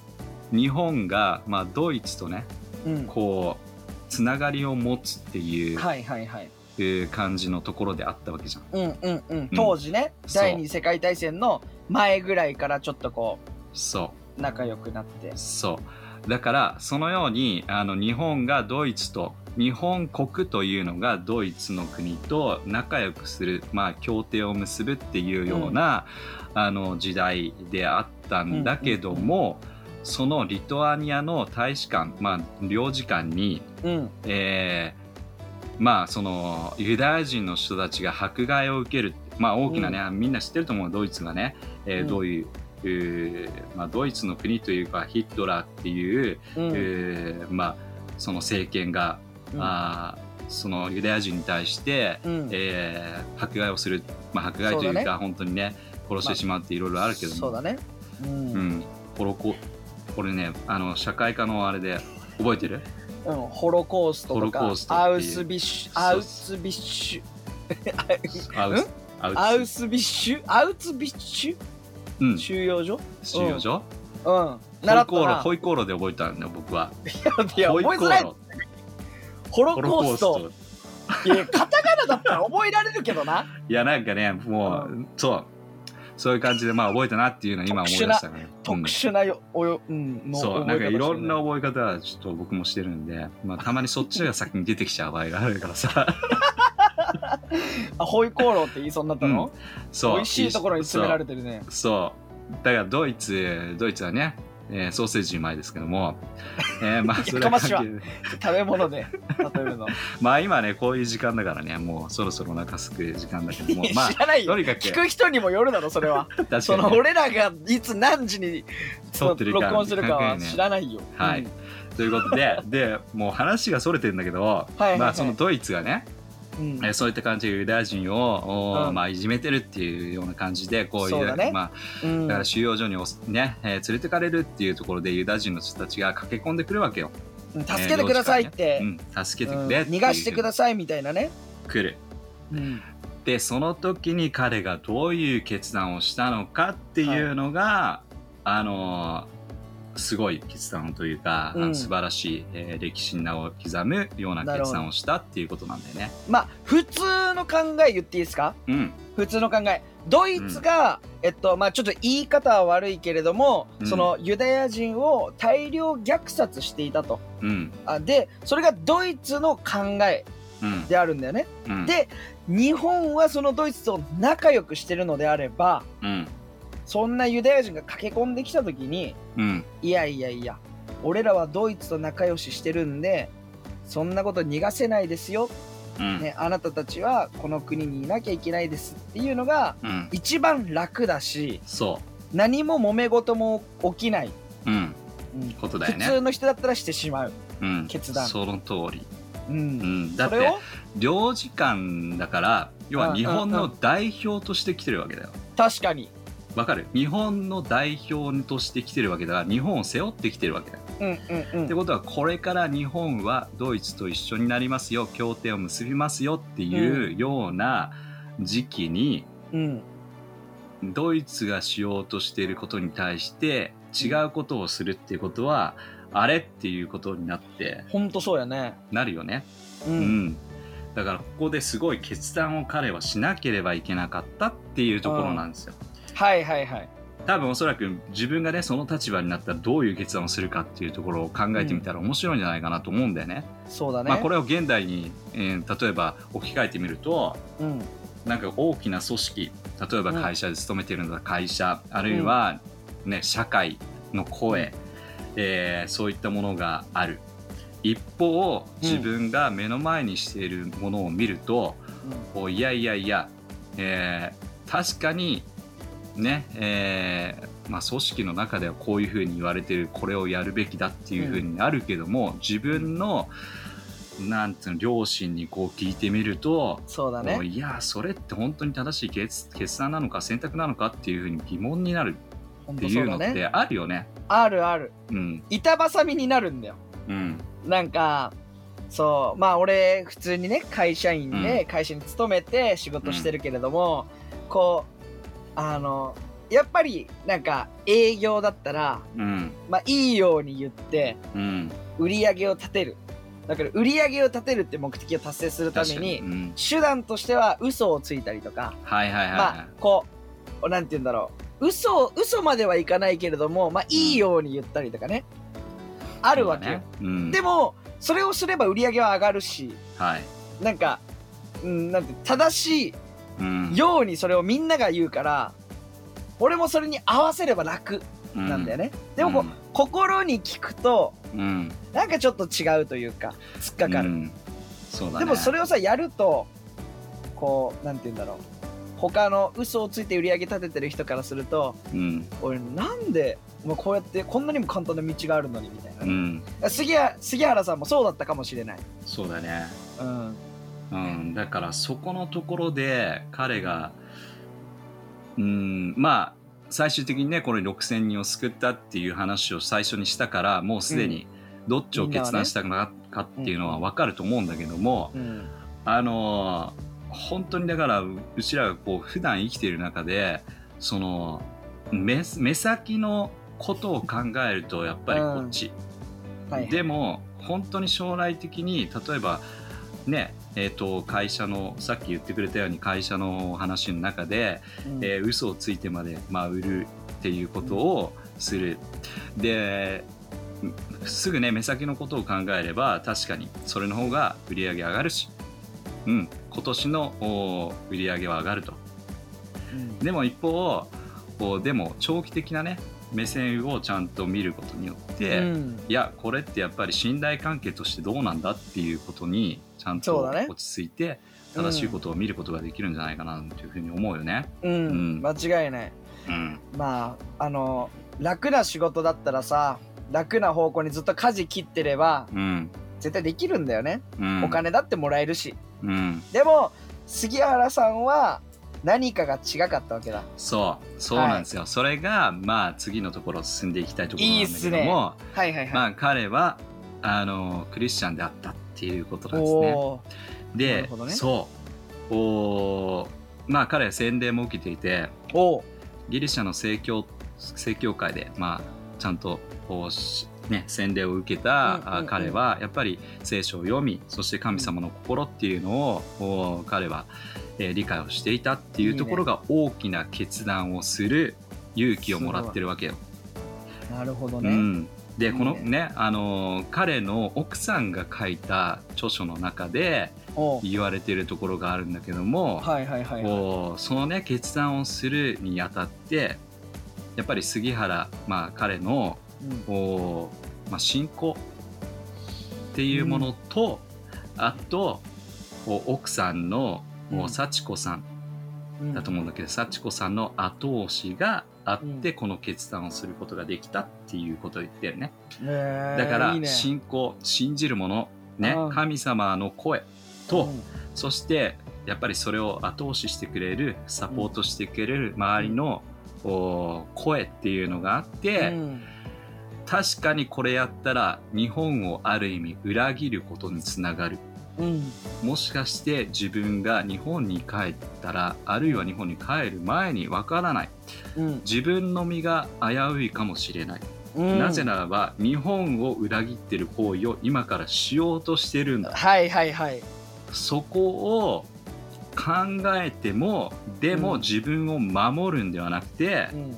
[SPEAKER 1] 日本が、まあ、ドイツとね
[SPEAKER 2] うん
[SPEAKER 1] こうつながりを持つっていう、
[SPEAKER 2] はいはいはい
[SPEAKER 1] えー感じのところであったわけじゃん。
[SPEAKER 2] うんうんうん当時ね、
[SPEAKER 1] そう
[SPEAKER 2] 第二次世界大戦の前ぐらいからちょっとこ
[SPEAKER 1] そう
[SPEAKER 2] 仲良くなって
[SPEAKER 1] うそうだからそのようにあの日本がドイツと日本国というのがドイツの国と仲良くする、まあ、協定を結ぶっていうような、あの時代であったんだけども、そのリトアニアの大使館、まあ、領事館に、
[SPEAKER 2] うん
[SPEAKER 1] えーまあそのユダヤ人の人たちが迫害を受ける、まあ、大きなね、みんな知ってると思うドイツがね、えー
[SPEAKER 2] うん
[SPEAKER 1] どういう、えーまあ、ドイツの国というかヒトラーっていう、
[SPEAKER 2] うん
[SPEAKER 1] えーまあ、その政権が、
[SPEAKER 2] うん
[SPEAKER 1] あーそのユダヤ人に対して、
[SPEAKER 2] うん
[SPEAKER 1] えー迫害をする、まあ、迫害という
[SPEAKER 2] そ
[SPEAKER 1] か
[SPEAKER 2] うだ
[SPEAKER 1] 本当にね殺してしまうっていろいろあるけども、
[SPEAKER 2] そうだねうん、
[SPEAKER 1] うん、ホロコこれねあの社会科のあれで覚えてる
[SPEAKER 2] うん、ホロコーストと
[SPEAKER 1] ホロコ
[SPEAKER 2] か
[SPEAKER 1] ーストっていう
[SPEAKER 2] アウスビッシュ
[SPEAKER 1] そう
[SPEAKER 2] アウスビッシュ
[SPEAKER 1] アウスアウス
[SPEAKER 2] アウスビッシュアウツビッシ
[SPEAKER 1] うん
[SPEAKER 2] ュ収容所
[SPEAKER 1] 収容所
[SPEAKER 2] うん
[SPEAKER 1] ホイ
[SPEAKER 2] 習った
[SPEAKER 1] コーロ
[SPEAKER 2] な
[SPEAKER 1] ホイコーロで覚えたんだよ僕はい
[SPEAKER 2] や
[SPEAKER 1] ホイコ
[SPEAKER 2] 覚え
[SPEAKER 1] ー
[SPEAKER 2] づら い
[SPEAKER 1] ロ
[SPEAKER 2] ホロ
[SPEAKER 1] ホロ
[SPEAKER 2] コ
[SPEAKER 1] コ
[SPEAKER 2] ー
[SPEAKER 1] ー
[SPEAKER 2] ス
[SPEAKER 1] ス
[SPEAKER 2] ト
[SPEAKER 1] ト
[SPEAKER 2] いやカタカナだったら覚えられるけどない
[SPEAKER 1] やなんかねも
[SPEAKER 2] う
[SPEAKER 1] うそうそういう感じでまあ覚えたなっていうのを今思い出したから、ね、
[SPEAKER 2] 特
[SPEAKER 1] うん
[SPEAKER 2] 殊なよおよ、うん、の
[SPEAKER 1] そう
[SPEAKER 2] 覚
[SPEAKER 1] な
[SPEAKER 2] え
[SPEAKER 1] んか
[SPEAKER 2] 方
[SPEAKER 1] いろんな
[SPEAKER 2] して
[SPEAKER 1] 覚え方はちょっと僕もしてるんで、まあ、たまにそっちが先に出てきちゃう場合があるから さ
[SPEAKER 2] るあホイコーローって言いそうになったの、
[SPEAKER 1] そう
[SPEAKER 2] 美味しいところに詰められてるね
[SPEAKER 1] そうそうだからドイツドイツはね、えーソーセージうまいですけども、 えーまあそれ
[SPEAKER 2] やかま
[SPEAKER 1] は
[SPEAKER 2] しいわ
[SPEAKER 1] 関係ない
[SPEAKER 2] 食べ物で例え るの、
[SPEAKER 1] まあ今ねこういう時間だからねもうそろそろお腹すく時間だけどもまあ
[SPEAKER 2] 知らないよ
[SPEAKER 1] とにかく
[SPEAKER 2] 聞く人にもよるだろそれ は
[SPEAKER 1] 確かにね
[SPEAKER 2] その俺らがいつ何時に
[SPEAKER 1] 撮ってるか
[SPEAKER 2] 録音するかは
[SPEAKER 1] 関係ないね
[SPEAKER 2] 知らないよ。
[SPEAKER 1] はい
[SPEAKER 2] うん
[SPEAKER 1] ということ ででもう話がそれてんだけど、
[SPEAKER 2] いはい
[SPEAKER 1] まあ、そのドイツがね、
[SPEAKER 2] うん
[SPEAKER 1] えーそういった感じでユダヤ人を、おー
[SPEAKER 2] うん
[SPEAKER 1] まあ、いじめてるっていうような感じでこうい
[SPEAKER 2] そう
[SPEAKER 1] う
[SPEAKER 2] だね
[SPEAKER 1] ま
[SPEAKER 2] うん
[SPEAKER 1] あ、だから収容所におすね、えー連れてかれるっていうところでユダヤ人の人たちが駆け込んでくるわけよ。
[SPEAKER 2] うん助けてくださいって、
[SPEAKER 1] うん、助けて
[SPEAKER 2] うん
[SPEAKER 1] くれっていう、
[SPEAKER 2] 逃がしてくださいみたいなね。
[SPEAKER 1] 来る。
[SPEAKER 2] うん
[SPEAKER 1] でその時に彼がどういう決断をしたのかっていうのが、あのーすごい決断というか、あの
[SPEAKER 2] うん
[SPEAKER 1] 素晴らしい、えー歴史に名を刻むような
[SPEAKER 2] なるほど
[SPEAKER 1] 決断をしたっていうことなんだよね。
[SPEAKER 2] まあ普通の考え言っていいですか
[SPEAKER 1] うん、
[SPEAKER 2] 普通の考え。ドイツが、えっとまあ、ちょっと言い方は悪いけれども、
[SPEAKER 1] うん
[SPEAKER 2] そのユダヤ人を大量虐殺していたと
[SPEAKER 1] うん、
[SPEAKER 2] あでそれがドイツの考え
[SPEAKER 1] うん、
[SPEAKER 2] であるんだよね
[SPEAKER 1] うん、
[SPEAKER 2] で日本はそのドイツと仲良くしてるのであれば
[SPEAKER 1] うん、
[SPEAKER 2] そんなユダヤ人が駆け込んできた時に
[SPEAKER 1] うん、
[SPEAKER 2] いやいやいや、俺らはドイツと仲良ししてるんで、そんなこと逃がせないですよ、
[SPEAKER 1] うん、
[SPEAKER 2] ね、あなたたちはこの国にいなきゃいけないですっていうのが
[SPEAKER 1] うん、
[SPEAKER 2] 一番楽だし、
[SPEAKER 1] そ
[SPEAKER 2] 何も揉め事も起きない、
[SPEAKER 1] う、うん、
[SPEAKER 2] うん
[SPEAKER 1] ことだ
[SPEAKER 2] 普
[SPEAKER 1] よね。
[SPEAKER 2] 通の人だったらしてしまう。
[SPEAKER 1] うん、
[SPEAKER 2] 決断
[SPEAKER 1] その通り。
[SPEAKER 2] う、
[SPEAKER 1] うんん、だっ
[SPEAKER 2] それ
[SPEAKER 1] て
[SPEAKER 2] を
[SPEAKER 1] 領事館だから要は日本
[SPEAKER 2] うん
[SPEAKER 1] の代表として来てるわけだよ。
[SPEAKER 2] 確かに、
[SPEAKER 1] わかる日本の代表として来てるわけだから日本を背負ってきてるわけだよ。
[SPEAKER 2] うんうん
[SPEAKER 1] っ
[SPEAKER 2] う
[SPEAKER 1] て
[SPEAKER 2] ん、
[SPEAKER 1] ことはこれから日本はドイツと一緒になりますよ協定を結びますよっていうような時期に
[SPEAKER 2] うん、
[SPEAKER 1] ドイツがしようとしていることに対して違うことをするっていうことはあれっていうことになって
[SPEAKER 2] ほんとそうやね。
[SPEAKER 1] なるよね。
[SPEAKER 2] う、
[SPEAKER 1] うんんだからここですごい決断を彼はしなければいけなかったっていうところなんですよ。
[SPEAKER 2] はいはいはい。
[SPEAKER 1] 多分おそらく自分がねその立場になったらどういう決断をするかっていうところを考えてみたら面白いんじゃないかなと思うんだよね。
[SPEAKER 2] そうだね。
[SPEAKER 1] まあ、これを現代に、えー例えば置き換えてみると
[SPEAKER 2] うん、
[SPEAKER 1] なんか大きな組織例えば会社で勤めてるのだ会社、あるいは、ね、社会の声、えーそういったものがある一方自分が目の前にしているものを見ると、こういやいやいや、えー確かにね、えーまあ、組織の中ではこういうふうに言われてるこれをやるべきだっていうふうになるけども、自分のなんていうの両親にこう聞いてみると、
[SPEAKER 2] そうだ
[SPEAKER 1] こう
[SPEAKER 2] ね。
[SPEAKER 1] いやそれって本当に正しい決決断なのか選択なのかっていうふうに疑問になる
[SPEAKER 2] ほん
[SPEAKER 1] って
[SPEAKER 2] と
[SPEAKER 1] い
[SPEAKER 2] そううだ
[SPEAKER 1] のっ
[SPEAKER 2] ね。
[SPEAKER 1] てあるよね。
[SPEAKER 2] あるある。
[SPEAKER 1] うん
[SPEAKER 2] 板挟みになるんだよ。
[SPEAKER 1] うん
[SPEAKER 2] なんかそうまあ俺普通にね会社員で会社に勤めて仕事してるけれども、こうあのやっぱりなんか営業だったら、
[SPEAKER 1] うん
[SPEAKER 2] まあ、いいように言って
[SPEAKER 1] うん
[SPEAKER 2] 売り上げを立てるだから売り上げを立てるって目的を達成するため
[SPEAKER 1] 確か
[SPEAKER 2] に
[SPEAKER 1] に、うん、
[SPEAKER 2] 手段としては嘘をついたりとか、
[SPEAKER 1] はいはいはい、はい
[SPEAKER 2] まあこうなんて言うんだろう嘘を嘘まではいかないけれども、まあ、いいように言ったりとかね、あるわけよ、
[SPEAKER 1] そうだねうん、
[SPEAKER 2] でもそれをすれば売り上げは上がるし
[SPEAKER 1] はい、
[SPEAKER 2] なんか、うん、なんて正し
[SPEAKER 1] うん
[SPEAKER 2] いようにそれをみんなが言うから俺もそれに合わせれば楽なんだよね、でもこう、心に聞くと
[SPEAKER 1] うんうん
[SPEAKER 2] なんかちょっと違うというか突っかかる、
[SPEAKER 1] うんそうだね
[SPEAKER 2] でもそれをさやるとこうなんて言うんだろう他の嘘をついて売り上げ立ててる人からすると
[SPEAKER 1] うん
[SPEAKER 2] 俺なんでもうこうやってこんなにも簡単な道があるのにみたいな
[SPEAKER 1] う
[SPEAKER 2] ね、
[SPEAKER 1] ん
[SPEAKER 2] 杉谷杉原さんもそうだったかもしれない、
[SPEAKER 1] そうだね
[SPEAKER 2] うん、
[SPEAKER 1] うんだからそこのところで彼がうんまあ最終的にねこれ6,000人を救ったっていう話を最初にしたからもうすでにどっちを決断したか,、かっていうのは分かると思うんだけども、
[SPEAKER 2] うん
[SPEAKER 1] あのー本当にだからううちらがこう普段生きている中でその目目先のことを考えるとやっぱりこっち、
[SPEAKER 2] はいはい
[SPEAKER 1] でも本当に将来的に例えばねえー、と会社のさっき言ってくれたように会社の話の中で、
[SPEAKER 2] うん
[SPEAKER 1] えー嘘をついてまで、まあ、売るっていうことをする。ですぐね目先のことを考えれば確かにそれの方が売り上げ上がるし、うん、今年のおー売り上げは上がると
[SPEAKER 2] うん
[SPEAKER 1] でも一方こうでも長期的なね目線をちゃんと見ることによって、
[SPEAKER 2] うん
[SPEAKER 1] いやこれってやっぱり信頼関係としてどうなんだっていうことにちゃん
[SPEAKER 2] そ
[SPEAKER 1] と
[SPEAKER 2] うだね
[SPEAKER 1] 落ち着いて正しいことを見ることができるんじゃないかなというふうに思うよね。
[SPEAKER 2] うん
[SPEAKER 1] うん
[SPEAKER 2] 間違いない
[SPEAKER 1] うん、
[SPEAKER 2] まああの楽な仕事だったらさ楽な方向にずっと舵切ってれば
[SPEAKER 1] うん
[SPEAKER 2] 絶対できるんだよね、
[SPEAKER 1] うん、
[SPEAKER 2] お金だってもらえるし
[SPEAKER 1] うん、
[SPEAKER 2] でも杉原さんは何かが違かったわけだ
[SPEAKER 1] そうそうなんですよ、それがまあ次のところ進んでいきたいところなんだけども
[SPEAKER 2] いいっすねはいはいはい、
[SPEAKER 1] まあ、彼はあのクリスチャンであったっていうことなんですね。
[SPEAKER 2] おーなる
[SPEAKER 1] で
[SPEAKER 2] ほどね
[SPEAKER 1] そうおーまあ彼は洗礼も受けていて
[SPEAKER 2] おー
[SPEAKER 1] ギリシャの正教正教会で、まあ、ちゃんとこうしね、洗礼を受けた、
[SPEAKER 2] うんうんう
[SPEAKER 1] あ
[SPEAKER 2] ん
[SPEAKER 1] 彼はやっぱり聖書を読みそして神様の心っていうのを、お彼は、えー理解をしていたっていうところが大きな決断をする勇気をもらってるわけよ。
[SPEAKER 2] なるほど
[SPEAKER 1] う
[SPEAKER 2] ね、
[SPEAKER 1] ん、でこの
[SPEAKER 2] いい
[SPEAKER 1] ねあのー彼の奥さんが書いた著書の中で
[SPEAKER 2] おー
[SPEAKER 1] 言われてるところがあるんだけども、
[SPEAKER 2] はいはいはいはい
[SPEAKER 1] こうそのね決断をするにあたってやっぱり杉原、まあ、彼の
[SPEAKER 2] うん
[SPEAKER 1] こう、まあ、信仰っていうものと、あとこう奥さんの
[SPEAKER 2] うん
[SPEAKER 1] もう幸子さん
[SPEAKER 2] うん
[SPEAKER 1] だと思うんだけど、幸子さんの後押しがあってこの決断をすることができたっていうことを言ってるね。
[SPEAKER 2] へー
[SPEAKER 1] だから
[SPEAKER 2] いいね
[SPEAKER 1] 信仰信じるもの、ね
[SPEAKER 2] うん
[SPEAKER 1] 神様の声と、
[SPEAKER 2] うん
[SPEAKER 1] そしてやっぱりそれを後押ししてくれるサポートしてくれる周りの、お声っていうのがあって、
[SPEAKER 2] うん
[SPEAKER 1] 確かにこれやったら日本をある意味裏切ることにつながる
[SPEAKER 2] うん
[SPEAKER 1] もしかして自分が日本に帰ったらあるいは日本に帰る前にわからない
[SPEAKER 2] うん
[SPEAKER 1] 自分の身が危ういかもしれない
[SPEAKER 2] うん
[SPEAKER 1] なぜならば日本を裏切ってる行為を今からしようとしてるんだ
[SPEAKER 2] はいはいはい
[SPEAKER 1] そこを考えてもで
[SPEAKER 2] う
[SPEAKER 1] も
[SPEAKER 2] ん
[SPEAKER 1] 自分を守るんではなくて、
[SPEAKER 2] うん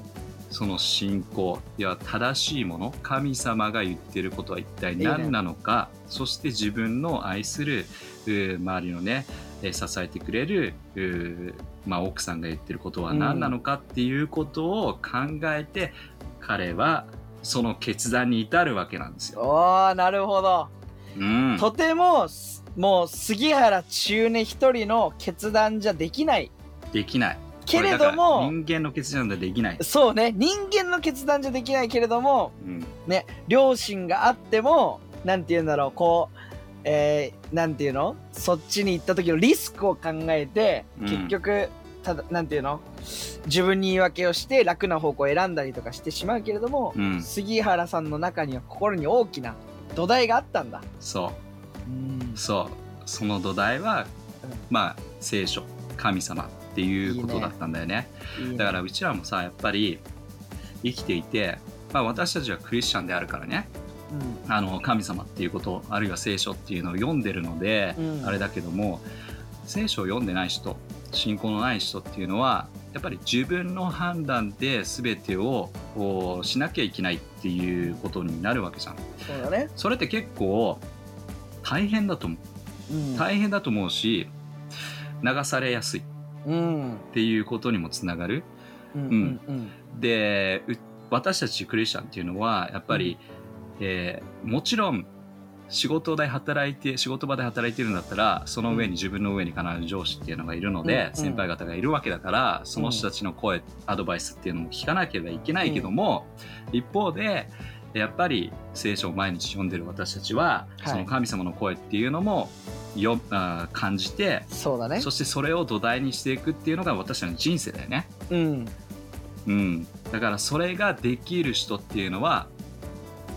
[SPEAKER 1] その信仰いや正しいもの神様が言ってることは一体何なのかそして自分の愛するうー周りのねえー支えてくれるうーまあ、奥さんが言ってることは何なのかっていうことを考えて、彼はその決断に至るわけなんですよ。
[SPEAKER 2] おーなるほど
[SPEAKER 1] うん、
[SPEAKER 2] とてもすもう杉原中根一人の決断じゃできない
[SPEAKER 1] できない。
[SPEAKER 2] けれ
[SPEAKER 1] こ
[SPEAKER 2] ど
[SPEAKER 1] だから
[SPEAKER 2] も
[SPEAKER 1] 人間の決断ではできない。
[SPEAKER 2] そうね人間の決断じゃできないけれども
[SPEAKER 1] うん
[SPEAKER 2] 両親があってもなんて言うんだろうこうえー、なんて言うのそっちに行った時のリスクを考えて
[SPEAKER 1] うん
[SPEAKER 2] 結局ただなんて言うの自分に言い訳をして楽な方向を選んだりとかしてしまうけれども、
[SPEAKER 1] うん
[SPEAKER 2] 杉原さんの中には心に大きな土台があったんだ。
[SPEAKER 1] そう
[SPEAKER 2] うん
[SPEAKER 1] そうその土台は、
[SPEAKER 2] うん
[SPEAKER 1] まあ聖書神様っていうことだったんだよね
[SPEAKER 2] いいね
[SPEAKER 1] だからうちらもさやっぱり生きていて、まあ、私たちはクリスチャンであるからね
[SPEAKER 2] うん
[SPEAKER 1] あの神様っていうことあるいは聖書っていうのを読んでるので、
[SPEAKER 2] うん
[SPEAKER 1] あれだけども聖書を読んでない人信仰のない人っていうのはやっぱり自分の判断で全てをこうしなきゃいけないっていうことになるわけじゃん。
[SPEAKER 2] そうだね。
[SPEAKER 1] それって結構大変だと思う。
[SPEAKER 2] うん
[SPEAKER 1] 大変だと思うし流されやすいっ
[SPEAKER 2] うん
[SPEAKER 1] ていうことにもつながる
[SPEAKER 2] うんうんうん
[SPEAKER 1] でう私たちクリスチャンっていうのはやっぱり、えーもちろん仕事で働いて仕事場で働いてるんだったらその上に自分の上に必ず上司っていうのがいるので、
[SPEAKER 2] うん
[SPEAKER 1] 先輩方がいるわけだからその人たちの声、アドバイスっていうのも聞かなければいけないけども、一方でやっぱり聖書を毎日読んでる私たちは、
[SPEAKER 2] はい
[SPEAKER 1] その神様の声っていうのもよあー感じて
[SPEAKER 2] そうだね
[SPEAKER 1] そしてそれを土台にしていくっていうのが私たちの人生だよね。
[SPEAKER 2] うん
[SPEAKER 1] うん、だからそれができる人っていうのは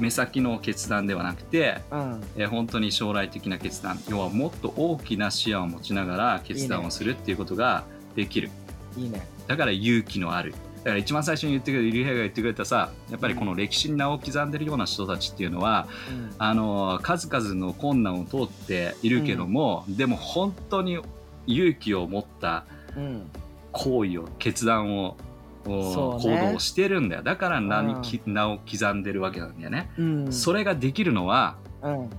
[SPEAKER 1] 目先の決断ではなくて、
[SPEAKER 2] うん
[SPEAKER 1] えー本当に将来的な決断要はもっと大きな視野を持ちながら決断をするっていうことができる
[SPEAKER 2] いいね
[SPEAKER 1] だから勇気のあるだから一番最初に言ってくれたリュウヘイが言ってくれたさやっぱりこの歴史に名を刻んでるような人たちっていうのは
[SPEAKER 2] うん
[SPEAKER 1] あの数々の困難を通っているけども、でも本当に勇気を持った
[SPEAKER 2] うん
[SPEAKER 1] 行為を決断を、お
[SPEAKER 2] そうね
[SPEAKER 1] 行動をしてるんだよだから名にき名を刻んでるわけなんだよね、
[SPEAKER 2] うん
[SPEAKER 1] それができるのは
[SPEAKER 2] うん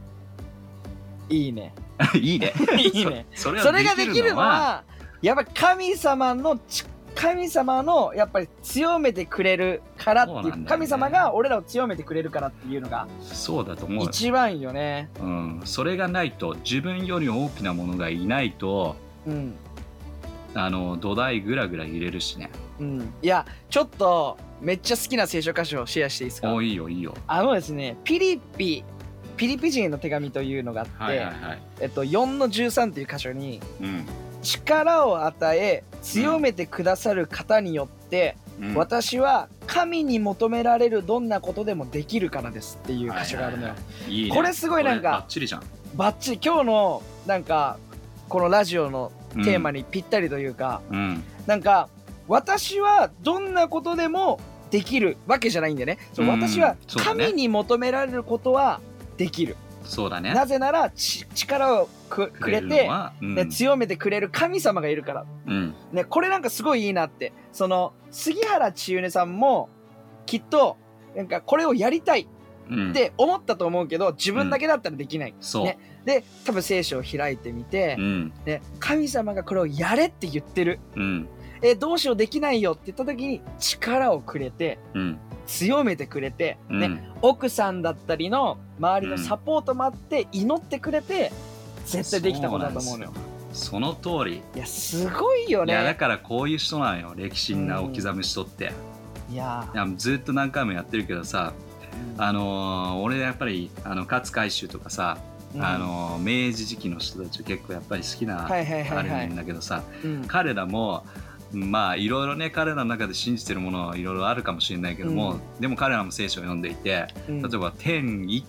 [SPEAKER 2] いいね
[SPEAKER 1] いいね
[SPEAKER 2] いいね
[SPEAKER 1] そそれ
[SPEAKER 2] そ
[SPEAKER 1] が
[SPEAKER 2] れが
[SPEAKER 1] で
[SPEAKER 2] で
[SPEAKER 1] き
[SPEAKER 2] き
[SPEAKER 1] る
[SPEAKER 2] る
[SPEAKER 1] の
[SPEAKER 2] の
[SPEAKER 1] は
[SPEAKER 2] はやっぱ神様のち神様のやっぱり強めてくれるからっていう
[SPEAKER 1] そうなんだよね
[SPEAKER 2] 神様が俺らを強めてくれるからっていうのが
[SPEAKER 1] そうだと思うよ、
[SPEAKER 2] 一番いいよね
[SPEAKER 1] うん、それがないと自分より大きなものがいないと
[SPEAKER 2] うん
[SPEAKER 1] あの土台ぐらぐら揺れるしね
[SPEAKER 2] うんいやちょっとめっちゃ好きな聖書箇所をシェアしていいですか
[SPEAKER 1] おいいよいいよ
[SPEAKER 2] あのですねピリピピリピ人への手紙というのがあって、
[SPEAKER 1] はいはいはい、
[SPEAKER 2] えっと、4の13という箇所に
[SPEAKER 1] うん
[SPEAKER 2] 力を与え強めてくださる方によって、
[SPEAKER 1] うん、
[SPEAKER 2] 私は神に求められるどんなことでもできるからですっていう箇所があるのよ、
[SPEAKER 1] はいはいはいいいね
[SPEAKER 2] これすごいなんか
[SPEAKER 1] これバッチリじゃん
[SPEAKER 2] バッチリ今日のなんかこのラジオのテーマにぴったりというか、
[SPEAKER 1] うん
[SPEAKER 2] なんか私はどんなことでもできるわけじゃないんでね、そう
[SPEAKER 1] うん
[SPEAKER 2] 私は
[SPEAKER 1] そうだね
[SPEAKER 2] 神に求められることはできる、
[SPEAKER 1] そうだね
[SPEAKER 2] なぜならち力をくくれて
[SPEAKER 1] るのはうん
[SPEAKER 2] ね、強めてくれる神様がいるから、
[SPEAKER 1] うん
[SPEAKER 2] ね、これなんかすごいいいなってその杉原千畝さんもきっとなんかこれをやりたい
[SPEAKER 1] うん
[SPEAKER 2] って思ったと思うけど自分だけだったらできない、
[SPEAKER 1] そう、
[SPEAKER 2] ねで多分聖書を開いてみて
[SPEAKER 1] う、ん
[SPEAKER 2] ね、神様がこれをやれって言ってる
[SPEAKER 1] うん
[SPEAKER 2] えどうしようできないよって言った時に力をくれて
[SPEAKER 1] うん
[SPEAKER 2] 強めてくれて、
[SPEAKER 1] うん
[SPEAKER 2] ね、奥さんだったりの周りのサポートもあって祈ってくれて絶対できたことだと思うのよ。
[SPEAKER 1] その通り、
[SPEAKER 2] いやすごいよ
[SPEAKER 1] い
[SPEAKER 2] ね。
[SPEAKER 1] やだからこういう人なのよ歴史に名を刻む人って、
[SPEAKER 2] いや
[SPEAKER 1] いやずっと何回もやってるけどさあのー俺やっぱりあの勝海舟とかさ、
[SPEAKER 2] うん
[SPEAKER 1] あのー明治時期の人たち結構やっぱり好きな、
[SPEAKER 2] はいはいはいは
[SPEAKER 1] あ
[SPEAKER 2] い
[SPEAKER 1] るんだけどさ
[SPEAKER 2] うん
[SPEAKER 1] 彼らもまあいろいろね彼らの中で信じてるものはいろいろあるかもしれないけども、でも彼らも聖書を読んでいて
[SPEAKER 2] うん
[SPEAKER 1] 例えば天意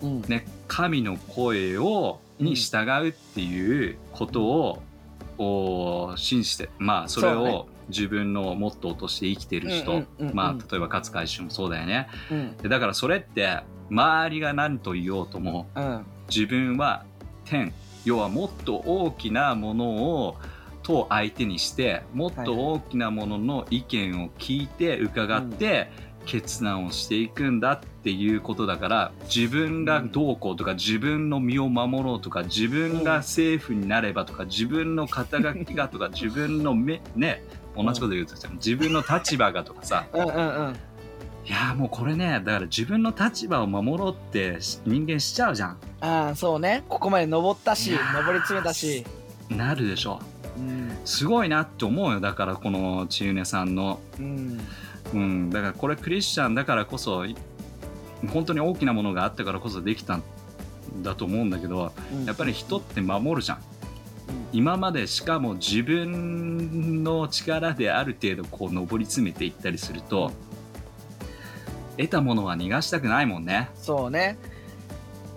[SPEAKER 2] うん
[SPEAKER 1] ね、神の声をに従うっていうことを、おー信じてまあそれ
[SPEAKER 2] そうね
[SPEAKER 1] を自分のモットーとして生きてる人、
[SPEAKER 2] うんうんうんうん
[SPEAKER 1] まあ例えば勝海舟もそうだよね
[SPEAKER 2] うん
[SPEAKER 1] でだからそれって周りが何と言おうとも
[SPEAKER 2] うん
[SPEAKER 1] 自分は天要はもっと大きなものをと相手にしてもっと大きなものの意見を聞いて伺って、決断をしていくんだっていうことだから自分がどうこうとか自分の身を守ろうとか自分が政府になればとか自分の肩書きがと か自分の目ね同じこと言うとしても自分の立場がとか さ
[SPEAKER 2] うんうん
[SPEAKER 1] いやもうこれねだから自分の立場を守ろうって人間しちゃうじゃん
[SPEAKER 2] ああそうねここまで登ったし
[SPEAKER 1] いやー
[SPEAKER 2] 登り詰めたし
[SPEAKER 1] なるでしょ
[SPEAKER 2] うん
[SPEAKER 1] すごいなって思うよだからこのちゆねさんの、
[SPEAKER 2] うん
[SPEAKER 1] うん、だからこれクリスチャンだからこそい本当に大きなものがあったからこそできたんだと思うんだけどやっぱり人って守るじゃん今までしかも自分の力である程度こう上り詰めていったりすると得たものは逃がしたくないもんね
[SPEAKER 2] そうね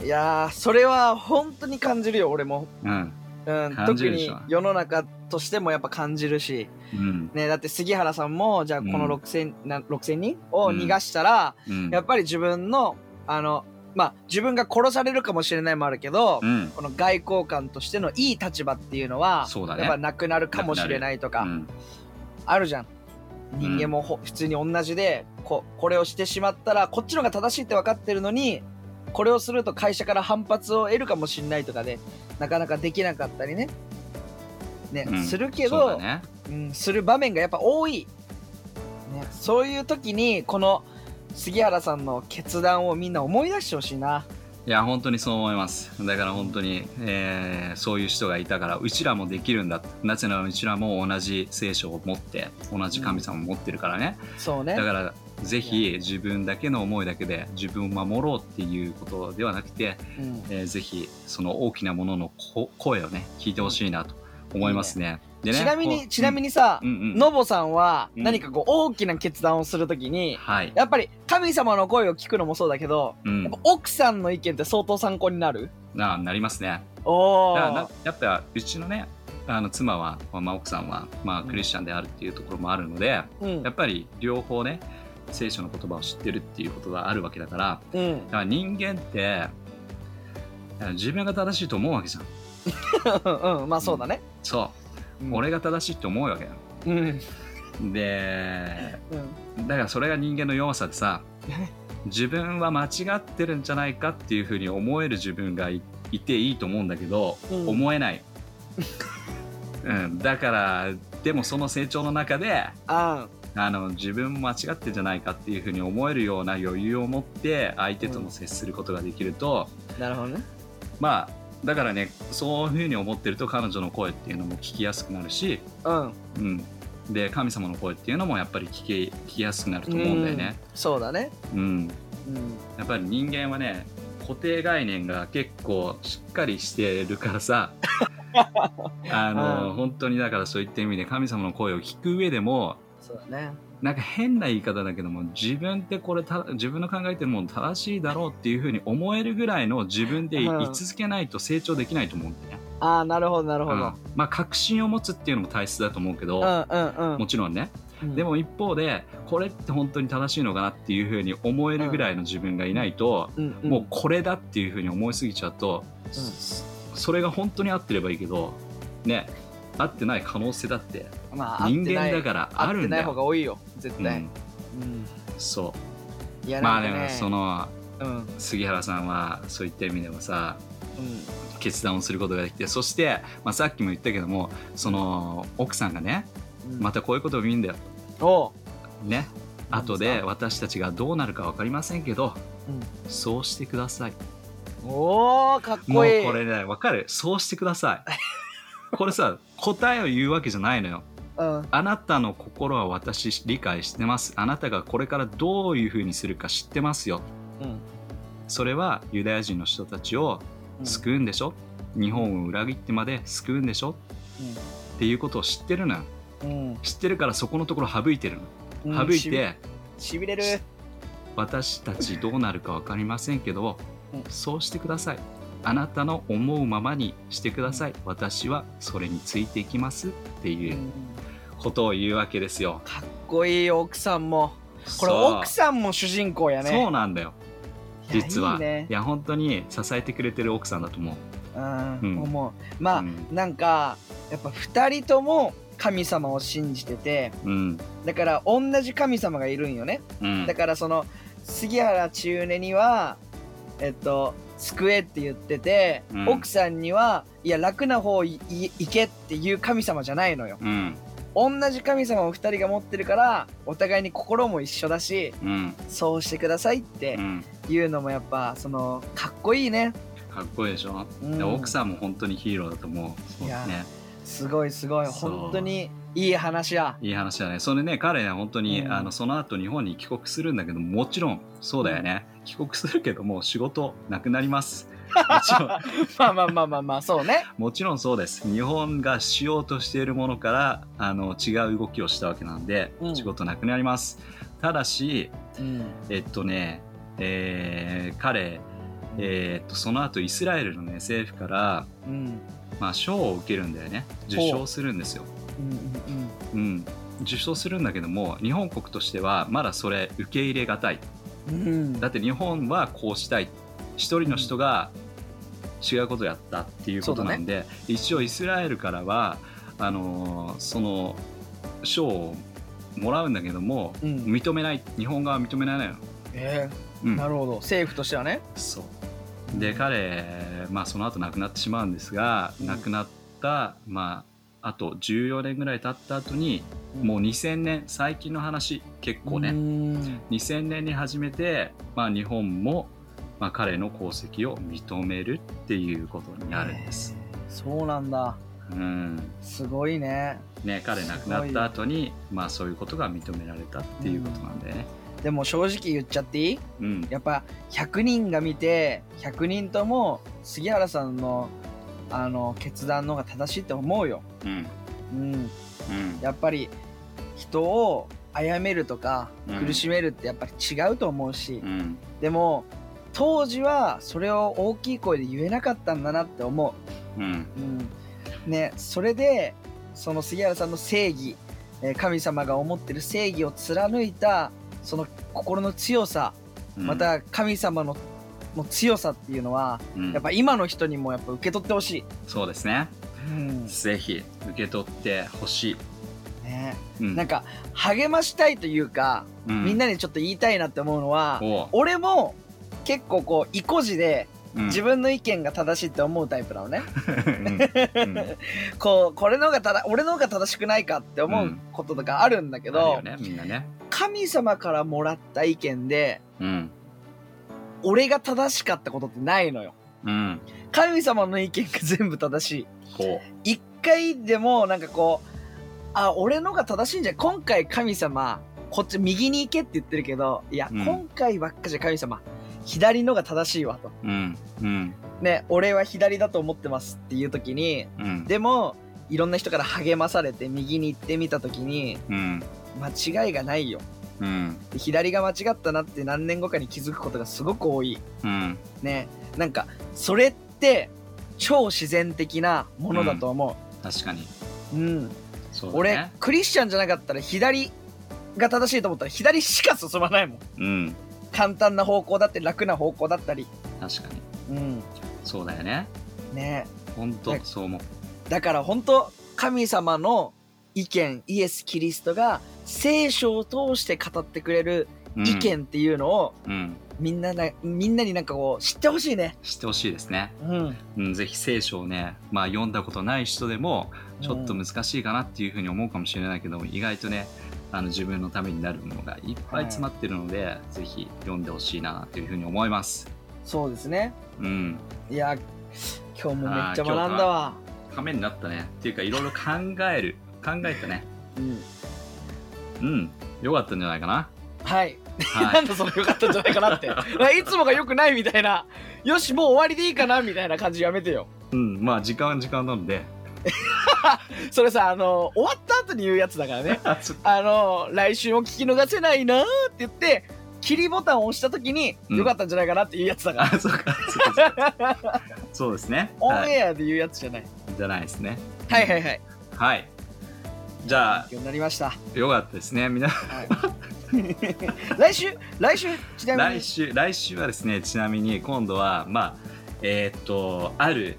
[SPEAKER 2] いやーそれは本当に感じるよ俺も
[SPEAKER 1] うん
[SPEAKER 2] うん
[SPEAKER 1] 感じる
[SPEAKER 2] 特
[SPEAKER 1] でし
[SPEAKER 2] に
[SPEAKER 1] ょ
[SPEAKER 2] 世の中としてもやっぱ感じるし
[SPEAKER 1] うん
[SPEAKER 2] ねだって杉原さんもじゃあこの
[SPEAKER 1] うん
[SPEAKER 2] 6000な6000人を逃がしたら
[SPEAKER 1] うん
[SPEAKER 2] やっぱり自分のあのまあ自分が殺されるかもしれないもあるけど
[SPEAKER 1] うん
[SPEAKER 2] この外交官としてのいい立場っていうのは
[SPEAKER 1] そうだね
[SPEAKER 2] やっぱなくなるかもしれないと
[SPEAKER 1] う
[SPEAKER 2] か
[SPEAKER 1] ん
[SPEAKER 2] あるじゃん。人間
[SPEAKER 1] うん
[SPEAKER 2] もほ普通に同じでここれをしてしまったらこっちのが正しいって分かってるのにこれをすると会社から反発を得るかもしれないとかでなかなかできなかったりねね、
[SPEAKER 1] うん
[SPEAKER 2] するけ
[SPEAKER 1] そうだ
[SPEAKER 2] ど、
[SPEAKER 1] ね
[SPEAKER 2] うん、する場面がやっぱ多い、ね、そういう時にこの杉原さんの決断をみんな思い出してほしいな。
[SPEAKER 1] いや本当にそう思いますだから本当に、えーそういう人がいたからうちらもできるんだなぜならうちらも同じ聖書を持って同じ神様を持ってるからね、
[SPEAKER 2] そうね
[SPEAKER 1] だからぜひ自分だけの思いだけで自分を守ろうっていうことではなくて、
[SPEAKER 2] うん
[SPEAKER 1] えーぜひその大きなもののこ声をね聞いてほしいなと思いますね、でね
[SPEAKER 2] ちなみ
[SPEAKER 1] こ
[SPEAKER 2] に
[SPEAKER 1] う
[SPEAKER 2] ちなみにさ
[SPEAKER 1] うんうん
[SPEAKER 2] ノボさんは
[SPEAKER 1] うん
[SPEAKER 2] 何かこう大きな決断をするときに
[SPEAKER 1] はい、
[SPEAKER 2] やっぱり神様の声を聞くのもそうだけど
[SPEAKER 1] うん
[SPEAKER 2] やっぱ奥さんの意見って相当参考になる
[SPEAKER 1] ななりますね
[SPEAKER 2] おお
[SPEAKER 1] だからなやっぱうちのねあの妻は、まあ、奥さんは、まあ、クリスチャンであるっていうところもあるので、
[SPEAKER 2] うん
[SPEAKER 1] やっぱり両方ね聖書の言葉を知ってるっていうことがあるわけだから
[SPEAKER 2] う
[SPEAKER 1] だ
[SPEAKER 2] ん
[SPEAKER 1] から人間ってあの自分が正しいと思うわけじゃん
[SPEAKER 2] うんまあそうだね
[SPEAKER 1] そうう、
[SPEAKER 2] ん
[SPEAKER 1] 俺が正しいと思うわけよ
[SPEAKER 2] うんうん
[SPEAKER 1] でだからそれが人間の弱さでさ自分は間違ってるんじゃないかっていうふうに思える自分がいいていいと思うんだけど、
[SPEAKER 2] うん
[SPEAKER 1] 思えない、うん、だからでもその成長の中で
[SPEAKER 2] あ
[SPEAKER 1] あの自分も間違ってんじゃないかっていうふうに思えるような余裕を持って相手とも接することができると、
[SPEAKER 2] ーなるほどね
[SPEAKER 1] まあだからねそういうふうに思ってると彼女の声っていうのも聞きやすくなるし、
[SPEAKER 2] うん
[SPEAKER 1] うん、で神様の声っていうのもやっぱり聞き聞きやすくなると思うんだよね。
[SPEAKER 2] うんそうだね
[SPEAKER 1] うん、
[SPEAKER 2] うん
[SPEAKER 1] やっぱり人間はね固定概念が結構しっかりしてるから さあの、
[SPEAKER 2] うん
[SPEAKER 1] 本当にだからそういった意味で神様の声を聞く上でも
[SPEAKER 2] そうだね
[SPEAKER 1] なんか変な言い方だけども自分ってこれた自分の考えてるもの正しいだろうっていうふうに思えるぐらいの自分でい,、
[SPEAKER 2] うん
[SPEAKER 1] 続けないと成長できないと思うんだよね。
[SPEAKER 2] ああなるほどなるほ
[SPEAKER 1] う
[SPEAKER 2] ど
[SPEAKER 1] んまあ確信を持つっていうのも大切だと思うけ
[SPEAKER 2] う
[SPEAKER 1] ど、
[SPEAKER 2] んうん
[SPEAKER 1] もちろんね
[SPEAKER 2] うん
[SPEAKER 1] でも一方でこれって本当に正しいのかなっていうふうに思えるぐらいの自分がいないと、
[SPEAKER 2] うんうん
[SPEAKER 1] もうこれだっていうふうに思いすぎちゃうと、そそれが本当に合ってればいいけどね合ってない可能性だって
[SPEAKER 2] まあ
[SPEAKER 1] 人間だ
[SPEAKER 2] ら
[SPEAKER 1] からあ
[SPEAKER 2] あっ
[SPEAKER 1] る
[SPEAKER 2] て
[SPEAKER 1] ん
[SPEAKER 2] な
[SPEAKER 1] だ
[SPEAKER 2] い方
[SPEAKER 1] よ。
[SPEAKER 2] が多いよ絶
[SPEAKER 1] う
[SPEAKER 2] 対
[SPEAKER 1] ん
[SPEAKER 2] うん
[SPEAKER 1] そう
[SPEAKER 2] いや
[SPEAKER 1] ま
[SPEAKER 2] な
[SPEAKER 1] あ
[SPEAKER 2] ん
[SPEAKER 1] で
[SPEAKER 2] か
[SPEAKER 1] も
[SPEAKER 2] ね
[SPEAKER 1] その
[SPEAKER 2] うん
[SPEAKER 1] 杉原さんはそういった意味でもさ
[SPEAKER 2] うん
[SPEAKER 1] 決断をすることができてそして、まあ、さっきも言ったけどもその奥さんがね
[SPEAKER 2] うん
[SPEAKER 1] またこういうことを言うんだよ
[SPEAKER 2] おう
[SPEAKER 1] ね
[SPEAKER 2] 何ですか
[SPEAKER 1] 後で私たちがどうなるか分かりませんけど、
[SPEAKER 2] う
[SPEAKER 1] そうしてください
[SPEAKER 2] おーかっ
[SPEAKER 1] も
[SPEAKER 2] こ
[SPEAKER 1] う
[SPEAKER 2] いい
[SPEAKER 1] これね分かるそうしてくださ いこれさ答えを言うわけじゃないのよ
[SPEAKER 2] うん
[SPEAKER 1] あなたの心は私理解してますあなたがこれからどういうふうにするか知ってますよ
[SPEAKER 2] うん
[SPEAKER 1] それはユダヤ人の人たちを
[SPEAKER 2] うん
[SPEAKER 1] 救うんでしょ日本を裏切ってまで救うんでしょっていうことを知ってるのよ
[SPEAKER 2] うん
[SPEAKER 1] 知ってるからそこのところ省いてる
[SPEAKER 2] うん
[SPEAKER 1] の省いて
[SPEAKER 2] しびれる
[SPEAKER 1] 私たちどうなるか分かりませんけど
[SPEAKER 2] うん
[SPEAKER 1] そうしてくださいあなたの思うままにしてください私はそれについていきますって
[SPEAKER 2] う
[SPEAKER 1] いうんことを言うわけですよ
[SPEAKER 2] かっこいい奥さんもこれ
[SPEAKER 1] そう
[SPEAKER 2] 奥さんも主人公やね
[SPEAKER 1] そうなんだよ
[SPEAKER 2] いや
[SPEAKER 1] 実はい
[SPEAKER 2] いね
[SPEAKER 1] いや本当に支えてくれてる奥さんだと思う
[SPEAKER 2] うん
[SPEAKER 1] うん
[SPEAKER 2] 思うま
[SPEAKER 1] う
[SPEAKER 2] あ
[SPEAKER 1] ん
[SPEAKER 2] なんかやっぱ二人とも神様を信じてて
[SPEAKER 1] うん
[SPEAKER 2] だから同じ神様がいるんよね
[SPEAKER 1] うん
[SPEAKER 2] だからその杉原千畝にはえっと救えって言ってて、
[SPEAKER 1] うん
[SPEAKER 2] 奥さんにはいや楽な方いい行けっていう神様じゃないのよ
[SPEAKER 1] うん
[SPEAKER 2] 同じ神様を2人が持ってるからお互いに心も一緒だし
[SPEAKER 1] うん
[SPEAKER 2] そうしてくださいっ
[SPEAKER 1] う
[SPEAKER 2] て
[SPEAKER 1] ん
[SPEAKER 2] いうのもやっぱそのかっこいいね
[SPEAKER 1] かっこいいでしょ、
[SPEAKER 2] うん
[SPEAKER 1] で奥さんも本当にヒーローだと思うそう
[SPEAKER 2] い
[SPEAKER 1] で
[SPEAKER 2] や
[SPEAKER 1] すね
[SPEAKER 2] すごいすごい
[SPEAKER 1] そう
[SPEAKER 2] 本当にいい話や
[SPEAKER 1] いい話だねそれね彼は本当に、
[SPEAKER 2] うん
[SPEAKER 1] あのその後日本に帰国するんだけどもちろんそうだよね、帰国するけども仕事なくなります もちろん
[SPEAKER 2] まあまあまあまあまあそうね
[SPEAKER 1] もちろんそうです日本がしようとしているものからあの違う動きをしたわけなんで、
[SPEAKER 2] うん
[SPEAKER 1] 仕事なくなりますただし
[SPEAKER 2] うん
[SPEAKER 1] えっとね、えー彼、えーっとその後イスラエルの、ね、政府から、
[SPEAKER 2] うん
[SPEAKER 1] まあ、賞を受けるんだよね受賞するんですよ、
[SPEAKER 2] うん
[SPEAKER 1] うん、受賞するんだけども日本国としてはまだそれ受け入れがたい
[SPEAKER 2] うんうんうん
[SPEAKER 1] だって日本はこうしたい一人の人が違うことをやったっていうことなんで、一応イスラエルからはあのーその賞をもらうんだけども、
[SPEAKER 2] うん
[SPEAKER 1] 認めない日本側は認めないの、
[SPEAKER 2] え
[SPEAKER 1] う
[SPEAKER 2] ー
[SPEAKER 1] ん
[SPEAKER 2] な、るほど政府としてはね
[SPEAKER 1] そうで彼、まあ、その後亡くなってしまうんですが、
[SPEAKER 2] うん
[SPEAKER 1] 亡くなった、まあ、あと14年ぐらい経った後に、
[SPEAKER 2] うん
[SPEAKER 1] もう2000年最近の話結構ね、
[SPEAKER 2] ね
[SPEAKER 1] 2000年に始めて、まあ、日本も、まあ、彼の功績を認めるっていうことになるんです。
[SPEAKER 2] そうなんだ
[SPEAKER 1] うん
[SPEAKER 2] すごいね
[SPEAKER 1] ね、彼亡くなった後にまあそういうことが認められたっていうことなんだよね。
[SPEAKER 2] でも正直言っちゃっていい
[SPEAKER 1] うん、
[SPEAKER 2] やっぱ100人が見て100人とも杉原さんのあの決断の方が正しいって思うよ
[SPEAKER 1] うん、
[SPEAKER 2] うん、
[SPEAKER 1] うん
[SPEAKER 2] やっぱり人を殺めるとか
[SPEAKER 1] うん
[SPEAKER 2] 苦しめるってやっぱり違うと思うし、
[SPEAKER 1] うん
[SPEAKER 2] でも当時はそれを大きい声で言えなかったんだなって思
[SPEAKER 1] うん
[SPEAKER 2] う、うんね、それでその杉原さんの正義えー神様が思ってる正義を貫いたその心の強さ
[SPEAKER 1] うん
[SPEAKER 2] また神様のの強さっていうのは
[SPEAKER 1] うん
[SPEAKER 2] やっぱ今の人にもやっぱ受け取ってほしい、
[SPEAKER 1] そうですね
[SPEAKER 2] うん
[SPEAKER 1] ぜひ受け取ってほしい、
[SPEAKER 2] ね、
[SPEAKER 1] うん
[SPEAKER 2] なんか励ましたいというか
[SPEAKER 1] う
[SPEAKER 2] みんなにちょっと言いたいなって思うのは、
[SPEAKER 1] おう
[SPEAKER 2] 俺も結構こう意固地で
[SPEAKER 1] うん
[SPEAKER 2] 自分の意見が正しいって思うタイプなのね、
[SPEAKER 1] うんうん
[SPEAKER 2] こうこれの方がただ俺の方が正しくないかって思うんうこととかあるんだけ
[SPEAKER 1] ある
[SPEAKER 2] ど、
[SPEAKER 1] よねみんなね
[SPEAKER 2] 神様からもらった意見で
[SPEAKER 1] うん
[SPEAKER 2] 俺が正しかったことってないのよ
[SPEAKER 1] うん
[SPEAKER 2] 神様の意見が全部正し
[SPEAKER 1] こ
[SPEAKER 2] い一回でもなんかこうあ俺のが正しいんじゃない今回神様こっち右に行けって言ってるけどいや、
[SPEAKER 1] うん
[SPEAKER 2] 今回ばっかじゃ神様左のが正しいわと
[SPEAKER 1] ううんうん
[SPEAKER 2] ね、俺は左だと思ってますっていう時に
[SPEAKER 1] うん
[SPEAKER 2] でもいろんな人から励まされて右に行ってみた時に
[SPEAKER 1] うん
[SPEAKER 2] 間違いがないよ
[SPEAKER 1] うん
[SPEAKER 2] で左が間違ったなって何年後かに気づくことがすごく多い
[SPEAKER 1] うん
[SPEAKER 2] ねなんかそれって超自然的なものだと思
[SPEAKER 1] 確かに
[SPEAKER 2] ううん、
[SPEAKER 1] そうだ
[SPEAKER 2] 俺
[SPEAKER 1] ね
[SPEAKER 2] クリスチャンじゃなかったら左が正しいと思ったら左しか進まないもん
[SPEAKER 1] うん
[SPEAKER 2] 簡単な方向だって楽な方向だったり
[SPEAKER 1] 確かに
[SPEAKER 2] うん
[SPEAKER 1] そうだよね
[SPEAKER 2] ね
[SPEAKER 1] 本
[SPEAKER 2] は
[SPEAKER 1] 当
[SPEAKER 2] い
[SPEAKER 1] そう思う
[SPEAKER 2] だから本当神様の意見イエス・キリストが聖書を通して語ってくれる
[SPEAKER 1] うん
[SPEAKER 2] 意見っていうのを、
[SPEAKER 1] うん
[SPEAKER 2] みんななみんなになんかこう知ってほしいね。
[SPEAKER 1] 知ってほしいですね
[SPEAKER 2] うん、
[SPEAKER 1] うんぜひ聖書をねまあ読んだことない人でもちょっと難しいかなっていうふうに思うかもしれないけど意外とねあの自分のためになるものがいっぱい詰まってるので、ぜひ読んでほしいなというふうに思います
[SPEAKER 2] そうですね。
[SPEAKER 1] うん
[SPEAKER 2] いや今日もめっちゃ学んだわ。
[SPEAKER 1] ためになったねっていうかいろいろ考える考えたね
[SPEAKER 2] うん、
[SPEAKER 1] うんよかったんじゃないか な
[SPEAKER 2] はい、
[SPEAKER 1] は
[SPEAKER 2] ないんだそれ良かったんじゃないかな って。いつもが良くないみたいな。よしもう終わりでいいかなみたいな感じやめてよ。
[SPEAKER 1] うんまあ時間は時間なので
[SPEAKER 2] それさあの終わった後に言うやつだからね。
[SPEAKER 1] あちょっと
[SPEAKER 2] あの来週も聞き逃せないなーって言って切りボタンを押した時に、
[SPEAKER 1] うん
[SPEAKER 2] よかったんじゃないかなっていうやつだか
[SPEAKER 1] あそうかそうかそう
[SPEAKER 2] ら
[SPEAKER 1] かそうですね
[SPEAKER 2] オ
[SPEAKER 1] は
[SPEAKER 2] ン
[SPEAKER 1] い
[SPEAKER 2] エアで言うやつじゃない、
[SPEAKER 1] じゃないですね
[SPEAKER 2] はい、はいはい
[SPEAKER 1] はいじゃあ
[SPEAKER 2] 勉強になり ました、
[SPEAKER 1] よかったですねみんな
[SPEAKER 2] はい、来週来週ちなみに
[SPEAKER 1] 来週来週はですねちなみに今度はまあえーっとある、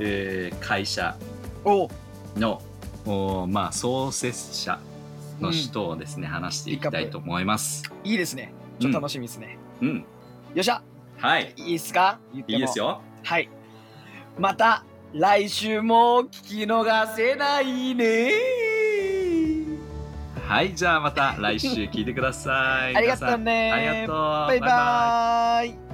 [SPEAKER 1] えー会社
[SPEAKER 2] お
[SPEAKER 1] のおーまあ創設者の人をですね、話していきたいと思います
[SPEAKER 2] いいですねちょっと楽しみですね、
[SPEAKER 1] うん
[SPEAKER 2] よっしゃ
[SPEAKER 1] はい
[SPEAKER 2] いいですか言って
[SPEAKER 1] い
[SPEAKER 2] も
[SPEAKER 1] いですよ
[SPEAKER 2] はいまた来週も聞き逃せないね
[SPEAKER 1] はいじゃあまた来週聞いてください
[SPEAKER 2] ありが
[SPEAKER 1] 皆
[SPEAKER 2] とう
[SPEAKER 1] さんありが
[SPEAKER 2] ね
[SPEAKER 1] とう
[SPEAKER 2] バイバーイ